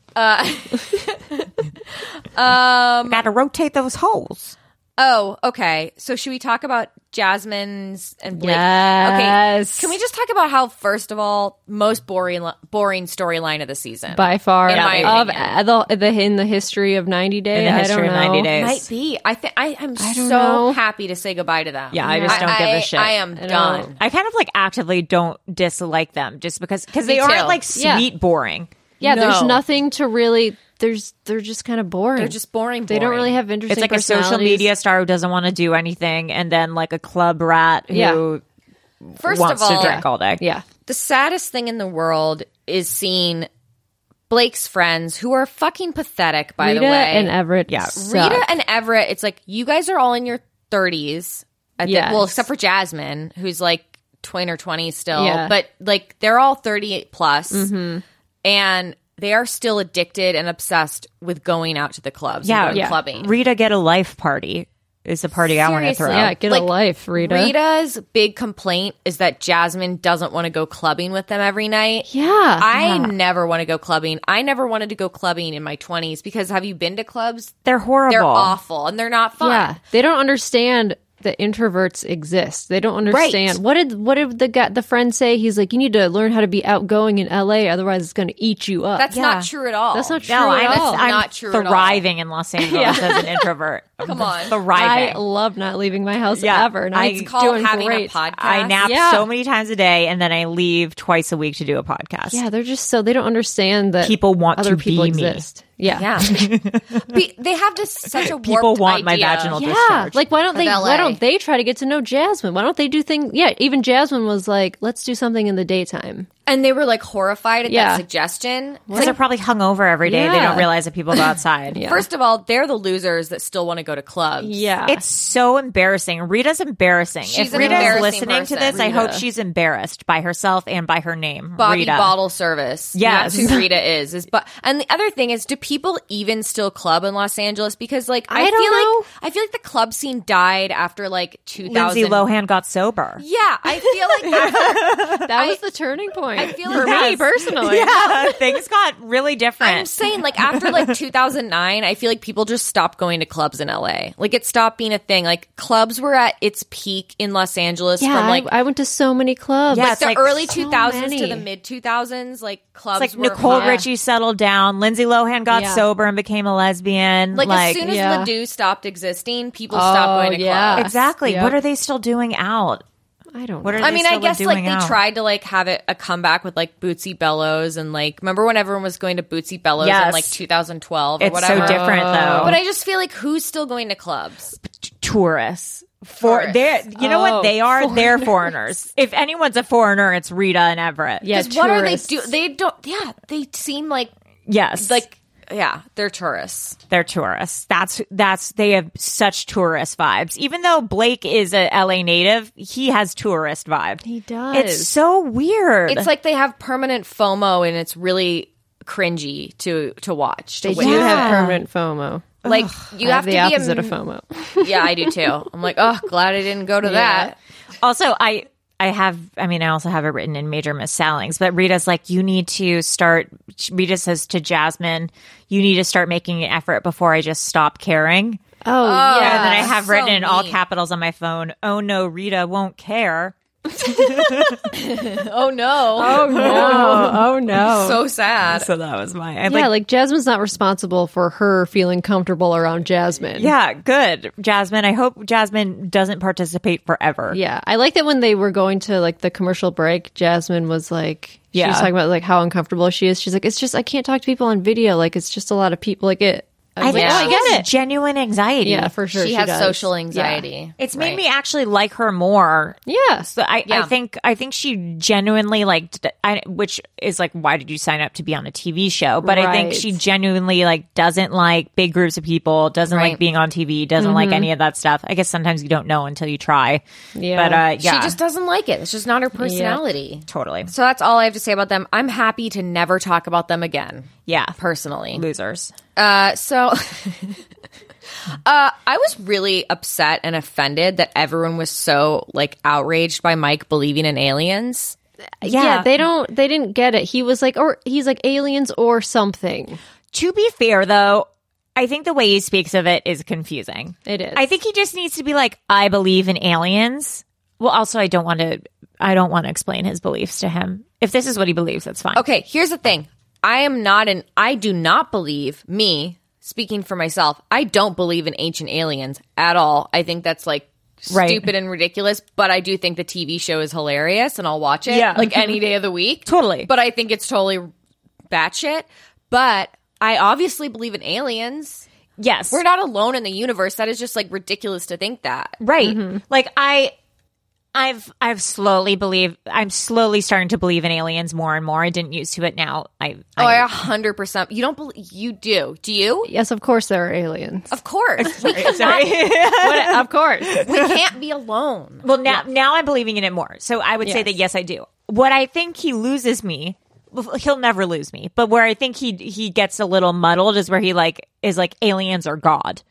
S5: Um.
S6: Got to rotate those holes.
S5: Oh, okay. So should we talk about Jasmine's and Blake?
S10: Yes.
S5: Okay. Can we just talk about how, first of all, most boring boring storyline of the season
S10: by far
S5: In my
S10: of
S5: opinion.
S10: uh, the, the in the history of 90 day
S6: In the
S10: I
S6: history of
S10: don't
S6: 90
S10: know.
S6: days.
S5: Might be. I think I'm so
S10: don't know.
S5: happy to say goodbye to them.
S6: Yeah, I just don't give a
S5: I-
S6: shit.
S5: I am
S10: don't-
S5: done.
S6: I kind of like actively don't dislike them just because because
S5: Me
S6: they
S5: too.
S6: aren't like
S10: Yeah.
S6: sweet boring.
S10: Yeah, there's
S5: No.
S10: nothing to really there's they're just kind of boring.
S5: They're just boring.
S10: They don't
S5: boring.
S10: really have interesting
S6: It's like a social
S10: personalities.
S6: media star who doesn't want to do anything, and then like a club rat who
S10: Yeah.
S5: First
S6: wants
S5: of all,
S6: to drink all day.
S10: Yeah.
S5: the saddest thing in the world is seeing Blake's friends who are fucking pathetic. By
S10: Rita
S5: the way,
S10: and Everett. Yeah.
S5: Rita and Everett, it's like you guys are all in your 30s. At the-
S10: Yes.
S5: well, except for Jasmine, who's like twin or 20 still,
S10: Yeah. Mm-hmm.
S5: but like they're all 38 plus, and they are still addicted and obsessed with going out to the clubs. and
S6: Yeah,
S5: going
S6: yeah.
S5: clubbing.
S6: Rita get a life party is the party I want to throw.
S10: yeah, get
S5: Like,
S10: a life, Rita.
S5: Rita's big complaint is that Jasmine doesn't want to go clubbing with them every night.
S10: Yeah.
S5: I never want to go clubbing. I never wanted to go clubbing in my 20s because have you been to clubs?
S6: They're horrible.
S5: They're awful and they're not fun.
S10: Yeah. They don't understand that introverts exist. They don't understand. What did what did the guy, the friend say? He's like, you need to learn how to be outgoing in LA, otherwise it's going to eat you up.
S5: That's not true at all.
S10: That's not true
S6: No,
S10: at
S6: I'm,
S10: all.
S6: I'm
S5: Not true at all.
S6: thriving in Los Angeles as an introvert.
S5: Come on.
S10: I
S6: thriving.
S10: love not leaving my house
S6: Yeah.
S10: ever. And I,
S6: It's
S10: it's
S5: called
S10: doing
S5: having a
S10: great.
S5: podcast.
S6: I nap
S10: Yeah.
S6: so many times a day, and then I leave twice a week to do a podcast.
S10: Yeah, they're just so they don't understand that
S6: People want
S10: other
S6: to
S10: people
S6: be me.
S10: exist. Yeah.
S5: Yeah. Be- they have this such a warped
S6: People want my
S5: idea.
S6: vaginal
S10: Yeah,
S6: discharge.
S10: like why don't
S5: Of
S10: they?
S5: LA.
S10: Why don't they try to get to know Jasmine? Why don't they do things? Yeah, even Jasmine was like, "Let's do something in the daytime."
S5: and they were like horrified at
S10: Yeah.
S5: that suggestion.
S6: because they're probably hungover every day. They
S10: Yeah.
S6: don't realize that people go outside.
S5: First of all, they're the losers that still want to go to clubs.
S10: Yeah,
S6: It's so embarrassing. Rita's embarrassing.
S5: She's
S6: if
S5: an
S6: Rita is
S5: embarrassing
S6: listening
S5: person.
S6: to this, I hope
S10: Rita.
S6: she's embarrassed by herself and by her name,
S5: Bobby
S6: Rita.
S5: bottle service.
S6: Yes.
S5: That's who Rita is. Is but and the other thing is, do people even still club in Los Angeles? Because like I,
S10: I don't
S5: feel
S10: know.
S5: like I feel like the club scene died after like two
S6: Lindsay
S5: thousand.
S6: Lohan got sober.
S5: Yeah, I feel like after
S10: that was the turning point.
S1: point.
S5: I feel
S1: for
S5: like
S1: me
S5: that's-
S1: personally.
S5: Yeah,
S6: things got really different.
S5: I'm saying like after like 2009, I feel like people just stopped going to clubs in LA. Like it stopped being a thing. Like clubs were at its peak in Los Angeles
S1: Yeah,
S5: from like
S1: I, I went to so many clubs.
S5: like the early
S1: so
S5: 2000s to
S1: many.
S5: the mid 2000s. Like clubs
S6: It's like
S5: were
S6: Nicole
S5: hot.
S6: Richie settled down. Lindsay Lohan got
S5: Yeah.
S6: sober and became a lesbian.
S5: Like, as soon as Ledoux stopped existing, people
S6: Oh,
S5: stopped going to
S6: yeah.
S5: clubs.
S6: Exactly. What are they still doing out?
S1: I don't.
S6: What are
S5: I
S6: they
S5: mean, I
S6: still
S5: guess like
S6: doing
S5: they
S6: out?
S5: tried to like have it a comeback with like Bootsy Bellows and like remember when everyone was going to Bootsy Bellows in
S6: Yes.
S5: like 2012 or
S6: It's so
S5: whatever.
S6: different, though.
S5: But I just feel like who's still going to clubs?
S6: tourists. For they you know
S5: Oh,
S6: what they are? They're foreigners. If anyone's a foreigner, it's Rita and Everett.
S5: Because what are they do? They don't. Yeah, they seem like
S6: Yes.
S5: like yeah, they're tourists.
S6: They're tourists. That's that's they have such tourist vibes. Even though Blake is a LA native, he has tourist vibe. He
S1: does.
S6: It's so weird.
S5: It's like they have permanent FOMO, and it's really cringy to to watch. to
S1: They do
S5: witness.
S1: have permanent FOMO.
S5: Like you
S1: I
S5: have,
S1: the
S5: to be a
S1: opposite of
S5: m-
S1: FOMO.
S5: yeah, I do too. I'm like, oh, glad I didn't go to that.
S6: Also, I I have I mean I also have it written in major miss Sallings, but Rita's like you need to start Rita says to Jasmine, you need to start making an effort before I just stop caring.
S1: Oh,
S6: yeah.
S1: yeah.
S6: And then I have
S1: So
S6: written in all
S1: mean.
S6: capitals on my phone, oh no, Rita won't care.
S5: oh no!
S1: Oh no! Oh no!
S5: So sad.
S6: So that was my I
S1: yeah, like, Jasmine's not responsible for her feeling comfortable around Jasmine.
S6: Yeah, good. Jasmine, I hope Jasmine doesn't participate forever.
S1: yeah. I like that when they were going to like the commercial break, Jasmine was like, she
S6: Yeah.
S1: was talking about like how uncomfortable she is. She's like, it's just I can't talk to people on video. Like it's just a lot of people. Like it.
S6: I,
S1: was
S6: think
S1: like,
S6: she
S1: oh, I get
S6: has genuine anxiety.
S1: Yeah, for sure She she has does. social
S5: anxiety.
S6: It's made me actually like her more.
S1: Yeah.
S6: So I,
S5: Yeah.
S6: I think I think she genuinely like d- I, which is like why did you sign up to be on a TV show? But I think
S1: Right.
S6: she genuinely like doesn't like big groups of people, doesn't
S5: Right. Mm-hmm.
S6: like being on TV, doesn't like
S1: Mhm.
S6: any of that stuff. I guess sometimes you don't know until you try.
S1: Yeah.
S6: But uh yeah.
S5: She just doesn't like it. It's just not her personality.
S6: totally.
S5: So that's all I have to say about them. I'm happy to never talk about them again.
S6: Yeah.
S5: Personally.
S6: Losers.
S5: Uh, so uh, I was really upset and offended that everyone was so like outraged by Mike believing in aliens.
S1: it. Yeah. They don't. They didn't get it. He was like, or he's like aliens or something.
S6: To be fair though, I think the way he speaks of it is confusing.
S1: It is.
S6: I think he just needs to be like, I believe in aliens. Well, also, I don't want to. I don't want to explain his beliefs to him. If this is what he believes, that's fine.
S5: Okay, here's the thing. I am not an I do not believe me speaking for myself. I don't believe in ancient aliens at all. I think that's like
S6: Right.
S5: stupid and ridiculous, but I do think the TV show is hilarious and I'll watch it
S6: Yeah.
S5: like any day of the week.
S6: Totally.
S5: But I think it's totally batshit, but I obviously believe in aliens.
S6: Yes,
S5: We're not alone in the universe. That is just like ridiculous to think that. Mm-hmm.
S6: right. Mm-hmm. Like I, I've I've slowly believe. I'm slowly starting to believe in aliens more and more. I didn't used to it. Now I.
S5: Oh, I 100%. You don't believe you do. Do you?
S1: Yes, of course there are aliens.
S5: Of course. We cannot
S1: What- of course.
S5: we can't be alone.
S6: Well, now now I'm believing in it more. So I would say
S1: Yes.
S6: that yes, I do. What I think he loses me, he'll never lose me. But where I think he he gets a little muddled is where he like is like aliens or God.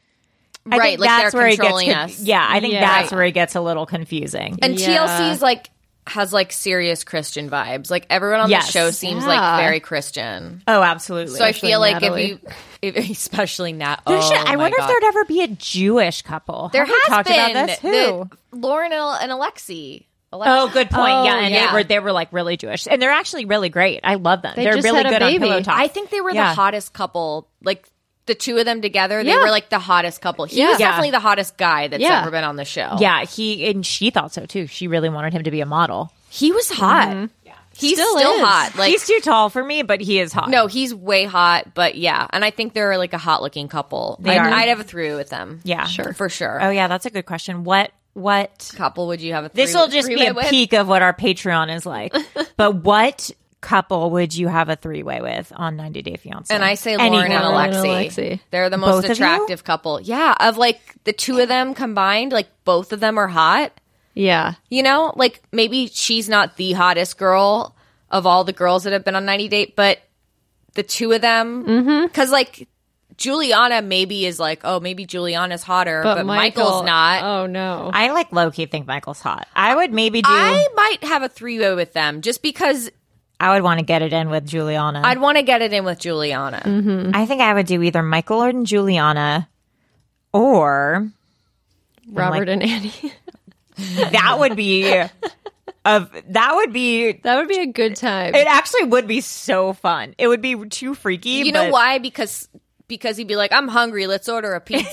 S6: I
S5: Right,
S6: think
S5: like
S6: that's
S5: they're
S6: where he
S5: controlling
S6: gets,
S5: us.
S6: Yeah, I think
S5: Yeah.
S6: that's where he gets a little confusing.
S5: And
S6: yeah.
S5: TLC is like has like serious Christian vibes. Like everyone on
S6: Yes.
S5: the show seems
S6: Yeah.
S5: like very Christian.
S6: oh, absolutely.
S5: So I feel like if you, if, especially Nat,
S6: There
S5: oh
S6: should, I
S5: my
S6: wonder
S5: God.
S6: if there'd ever be a Jewish couple.
S5: there
S6: Have we
S5: has
S6: talked
S5: been
S6: about this. Who?
S5: the- Lauren and, and Alexi. Alexi.
S6: Oh, good point. yeah, and
S5: yeah.
S6: they were they were like really Jewish, and they're actually really great. I love them.
S1: They
S6: are
S1: just
S6: really
S1: had a
S6: good
S1: baby.
S6: on pillow talk.
S5: I think they were the
S6: Yeah.
S5: hottest couple. Like the two of them together, they
S6: Yeah.
S5: were like the hottest couple. He
S6: Yeah.
S5: was
S6: Yeah.
S5: definitely the hottest guy that's
S6: Yeah.
S5: ever been on the show.
S6: Yeah, he and she thought so too. She really wanted him to be a model.
S5: he was hot. He's still, hot. Like
S6: he's too tall for me, but he is hot.
S5: No, he's way hot, but yeah. And I think they're like a hot looking couple.
S6: They
S5: I'd,
S6: are.
S5: I'd have a three with them.
S6: yeah,
S5: For sure.
S6: Oh yeah, that's a good question. What what?
S5: Couple would you have a three
S6: This will just be
S5: three-way
S6: a
S5: with?
S6: peek of what our Patreon is like. but what couple would you have a three way with on 90 Day Fiance?
S5: And I say
S6: Any
S5: Lauren and
S6: couple.
S5: Alexi.
S1: Alexi.
S5: They're the most
S6: Both of you?
S5: attractive couple. Yeah. Of like the two of them combined, like both of them are hot.
S1: Yeah.
S5: You know, like maybe she's not the hottest girl of all the girls that have been on 90 Date, but the two of them,
S6: Mm-hmm.
S5: because like Juliana maybe is like, oh, maybe Juliana's hotter, but, Michael's not.
S1: Oh no.
S6: I like low key think Michael's hot. I would maybe do.
S5: I might have a three way with them just because
S6: I would want to get it in with Juliana.
S5: I'd want to get it in with Juliana.
S6: Mm-hmm. I think I would do either Michael and Juliana or
S11: Robert and Annie.
S6: that would be of that would be
S11: that would be a good time.
S6: It actually would be so fun. It would be too freaky.
S5: You know
S6: but-
S5: why? Because because he'd be like, "I'm hungry. Let's order a pizza."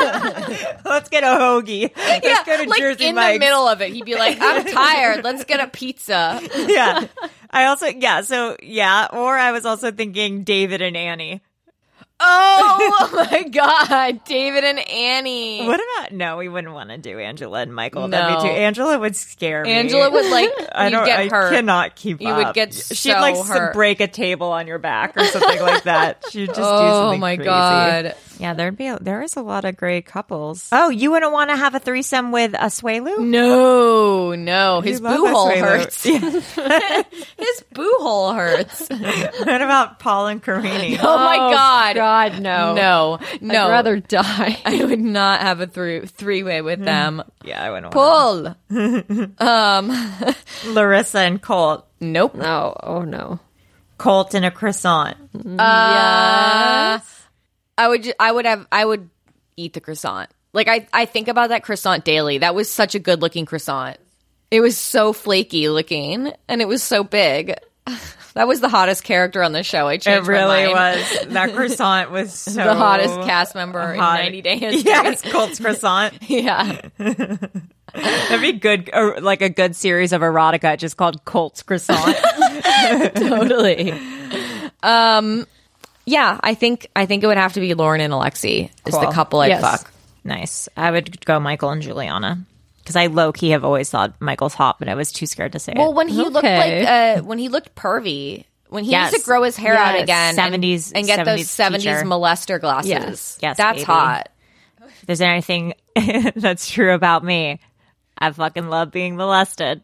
S6: Let's get a hoagie. Let's
S5: Yeah,
S6: go to
S5: like
S6: Jersey
S5: in
S6: Mike's.
S5: the middle of it, he'd be like, "I'm tired. Let's get a pizza."
S6: yeah. I also yeah, so yeah, or I was also thinking David and Annie.
S5: Oh my god, David and Annie.
S6: What about no, we wouldn't want to do Angela and Michael.
S5: No.
S6: That'd be too Angela would scare me.
S5: Angela would, like,
S6: I
S5: you'd
S6: don't
S5: get
S6: I
S5: hurt.
S6: cannot keep
S5: You would
S6: up.
S5: get
S6: She'd
S5: so
S6: like s-
S5: hurt.
S6: break a table on your back or something like that. She'd just do
S5: Oh
S6: something
S5: my
S6: crazy.
S5: God.
S6: Yeah, there'd be a, there is a lot of great couples. Oh, you wouldn't want to have a threesome with Asuelu?
S5: No, no.
S6: You
S5: His
S6: love
S5: boo hole
S6: Asuelu.
S5: hurts. His boo hole hurts.
S6: what about Paul and Karini?
S5: Oh my god.
S11: God, no.
S5: No. No.
S11: I'd rather die.
S5: I would not have a three three way with them.
S6: Yeah, I wouldn't want
S5: Pull. um
S6: to. Larissa and Colt.
S5: Nope.
S11: No. Oh no.
S6: Colt and a croissant.
S5: Uh, I would. Ju- I would have. I would eat the croissant. Like I. I think about that croissant daily. That was such a good looking croissant. It was so flaky looking, and it was so big. That was the hottest character on the show. I
S6: It
S5: changed. my
S6: really
S5: mind.
S6: was. That croissant was so
S5: the hottest cast member
S6: hot.
S5: in 90 days.
S6: Yes, Colt's croissant.
S5: Yeah.
S6: That'd be good, or like a good series of erotica just called Colt's croissant.
S5: totally. Um. Yeah. I think. I think it would have to be Lauren and Alexi is the
S6: Cool.
S5: couple I'd
S11: Yes.
S5: fuck.
S6: nice. I would go Michael and Juliana because I low key have always thought Michael's hot, but I was too scared to say
S5: Well,
S6: it.
S5: when he looked
S11: Okay.
S5: like uh, when he looked pervy, when he
S6: Yes.
S5: used to grow his hair out
S6: Yes.
S5: again, and-
S6: 70s
S5: and, get those
S6: 70s
S5: seventies
S6: teacher.
S5: molester glasses.
S11: Yes.
S6: Yes,
S5: that's
S6: baby.
S5: hot.
S6: If there's anything that's true about me, I fucking love being molested.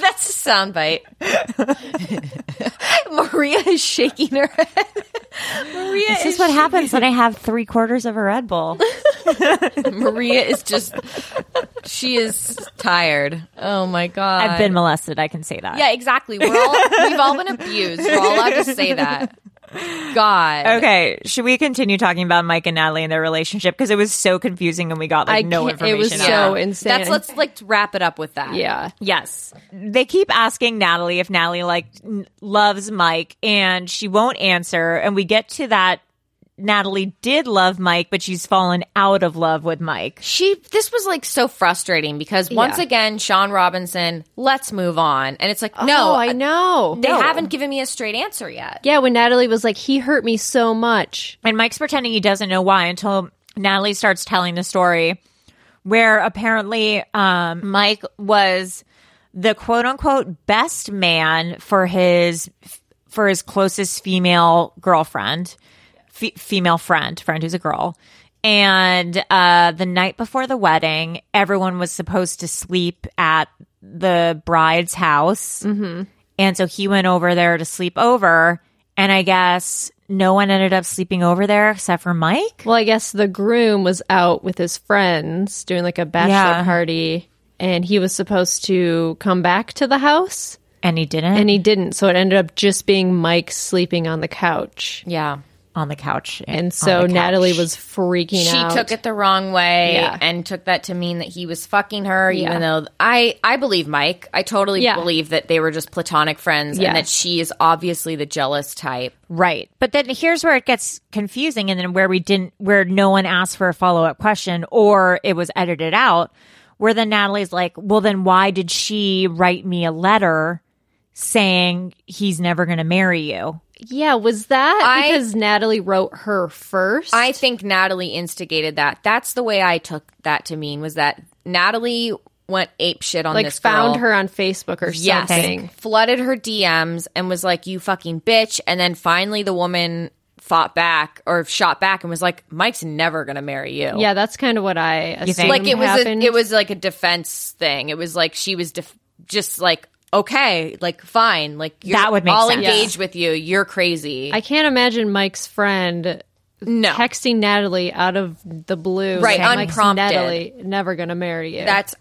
S5: That's a soundbite. Maria is shaking her head. Maria
S6: This is what happens when I have three quarters of a Red Bull.
S5: Maria is just she is tired. Oh my god,
S6: I've been molested. I can say that.
S5: Yeah, exactly. We're all we've all been abused. We're all allowed to say that. God.
S6: Okay, should we continue talking about Mike and Natalie and their relationship because it was so confusing and we got like
S11: I
S6: no
S11: can't- it
S6: information.
S11: was
S6: out.
S11: so insane.
S5: That's let's like wrap it up with that.
S11: Yeah.
S6: Yes. They keep asking Natalie if Natalie like n- loves Mike and she won't answer and we get to that Natalie did love Mike but she's fallen out of love with Mike.
S5: She this was like so frustrating because once
S11: Yeah.
S5: again Sean Robinson, let's move on. And it's like, no, uh,
S11: Oh, I know.
S5: They haven't given me a straight answer yet.
S11: Yeah, when Natalie was like, he hurt me so much.
S6: And Mike's pretending he doesn't know why until Natalie starts telling the story where apparently um, Mike was the quote unquote best man for his for his closest female girlfriend, f- female friend, friend who's a girl. And uh, the night before the wedding, everyone was supposed to sleep at the bride's house. And so he went over there to sleep over. And I guess no one ended up sleeping over there except for Mike.
S11: Well, I guess the groom was out with his friends doing like a bachelor
S6: Yeah.
S11: party and he was supposed to come back to the house
S6: And he didn't.
S11: and he didn't. So it ended up just being Mike sleeping on the couch.
S5: Yeah.
S6: on the couch. on
S11: And so
S6: the couch.
S11: Natalie was freaking
S5: She
S11: out.
S5: took it the wrong way
S11: Yeah.
S5: and took that to mean that he was fucking her,
S11: Yeah.
S5: even though I, I believe Mike. I totally
S11: Yeah.
S5: believe that they were just platonic friends
S11: Yeah.
S5: and that she is obviously the jealous type.
S6: Right. But then here's where it gets confusing and then where we didn't where no one asked for a follow-up question or it was edited out where then Natalie's like, "Well then why did she write me a letter saying he's never going to marry you?"
S11: Yeah, was that
S5: I-
S11: because Natalie wrote her first?
S5: I think Natalie instigated that. That's the way I took that to mean was that Natalie went ape shit on
S11: like
S5: this
S11: found
S5: girl.
S11: her on Facebook or
S5: Yes.
S11: something.
S5: Flooded her DMs and was like, you fucking bitch. And then finally the woman fought back or shot back and was like, Mike's never going to marry you.
S11: Yeah, that's kind of what I assumed
S5: Like it was, a,
S11: happened.
S5: it was like a defense thing. It was like she was def- just like, okay, like fine. Like you're,
S6: That would make
S5: I'll
S6: sense.
S5: engage with you. You're crazy.
S11: I can't imagine Mike's friend
S5: no.
S11: texting Natalie out of the blue,
S5: Right,
S11: like,
S5: unprompted.
S11: Natalie, never gonna marry you.
S5: That's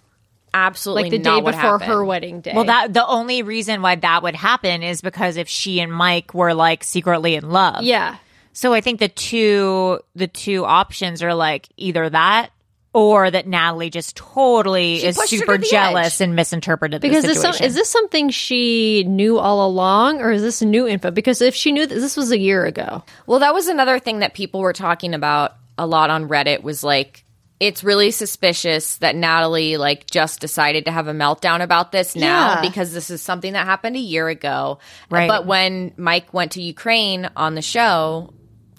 S5: absolutely
S1: Like the
S5: not
S1: day
S5: what
S1: before her
S5: happened.
S1: wedding day.
S6: Well, that the only reason why that would happen is because if she and Mike were like secretly in love.
S1: Yeah.
S6: So I think the two the two options are like either that or that Natalie just totally
S1: She
S6: is
S1: pushed her to
S6: super
S1: the
S6: jealous
S1: edge.
S6: and misinterpreted
S1: because
S6: the
S1: this some,
S6: situation.
S1: is this something she knew all along, or is this new info? Because if she knew that this was a year ago,
S5: Well, that was another thing that people were talking about a lot on Reddit was like it's really suspicious that Natalie like just decided to have a meltdown about this now
S1: Yeah.
S5: because this is something that happened a year ago.
S1: Right.
S5: But when Mike went to Ukraine on the show,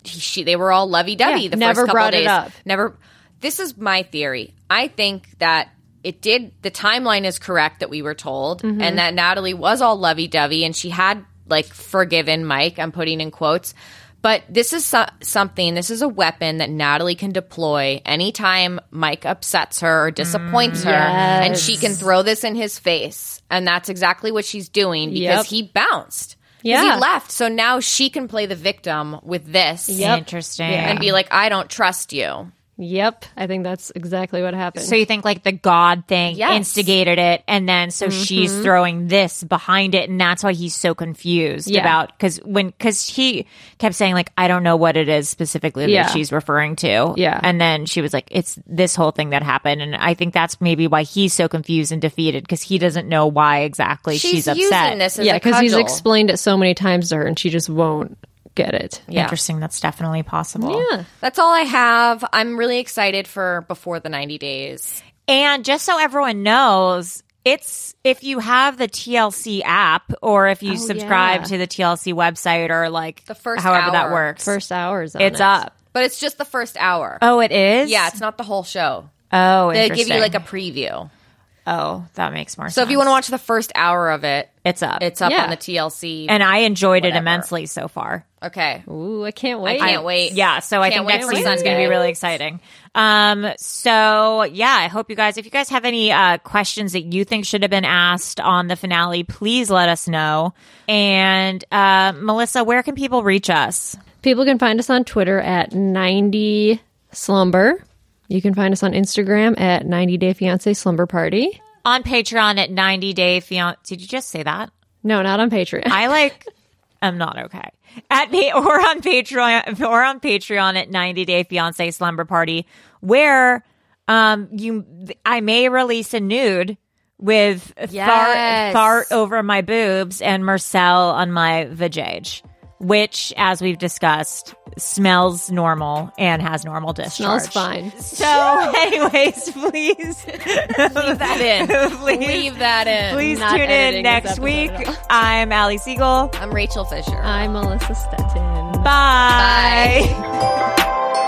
S5: he, she they were all lovey dovey
S1: Yeah,
S5: the
S1: never
S5: first couple
S1: brought it
S5: days.
S1: up.
S5: Never. This is my theory. I think that it did. The timeline is correct that we were told,
S1: Mhm.
S5: and that Natalie was all lovey dovey, and she had like forgiven Mike. I'm putting in quotes. But this is so- something, this is a weapon that Natalie can deploy anytime Mike upsets her or disappoints her. And she can throw this in his face. And that's exactly what she's doing because
S1: Yep.
S5: he bounced. 'Cause
S1: Yeah.
S5: He left. So now she can play the victim with this.
S1: Yep. Interesting.
S5: And be like, I don't trust you.
S1: yep, I think that's exactly what happened.
S6: so you think like the God thing
S5: Yes.
S6: instigated it, and then so she's
S1: Mhm.
S6: throwing this behind it, and that's why he's so confused
S1: Yeah.
S6: about because when because he kept saying like I don't know what it is specifically that
S1: Yeah.
S6: she's referring to,
S1: Yeah.
S6: and then she was like it's this whole thing that happened, and I think that's maybe why he's so confused and defeated because he doesn't know why exactly she's, upset.
S1: yeah, because he's explained it so many times to her, and she just won't get it.
S5: Yeah.
S6: Interesting. That's definitely possible.
S5: Yeah. That's all I have. I'm really excited for before the 90 days.
S6: And just so everyone knows, it's if you have the TLC app or if you
S1: Oh,
S6: subscribe
S1: yeah.
S6: to the TLC website or like the
S5: first
S6: however that
S5: hour.
S6: works.
S1: First hours,
S6: It's up.
S5: But it's just the first hour.
S6: Oh, it is?
S5: Yeah, it's not the whole show.
S6: Oh,
S5: they give you
S6: interesting.
S5: like a preview.
S6: Oh, that makes more
S5: So if you want to watch the first hour of it,
S6: it's up.
S5: It's up
S6: Yeah.
S5: on the TLC.
S6: and I enjoyed it immensely so far.
S5: Okay.
S1: Ooh, I can't
S5: wait. I can't wait.
S6: Yeah, so I
S5: Can't
S6: think
S5: wait
S6: next
S5: for
S6: season's going to be
S5: Sunday.
S6: really exciting. Um, so yeah, I hope you guys, if you guys have any uh, questions that you think should have been asked on the finale, please let us know. And uh, Melissa, where can people reach us?
S1: People can find us on Twitter at 90 Slumber. You can find us on Instagram at 90 Day Fiance Slumber Party.
S6: On Patreon at 90 Day Fiance. Did you just say that?
S1: No, not on Patreon.
S6: I like. I'm not okay. At pa- or on Patreon or on Patreon at 90 Day Fiance Slumber Party, where um you I may release a nude with fart,
S5: Yes.
S6: fart over my boobs and Marcel on my vajayge, which, as we've discussed, smells normal and has normal discharge.
S1: Smells fine.
S6: So, anyways, please leave
S5: that in.
S6: please,
S5: Leave that in.
S6: Please tune in next week. I'm Allie Siegel.
S5: I'm Rachel Fisher.
S1: I'm Melissa Stettin.
S6: Bye. Bye.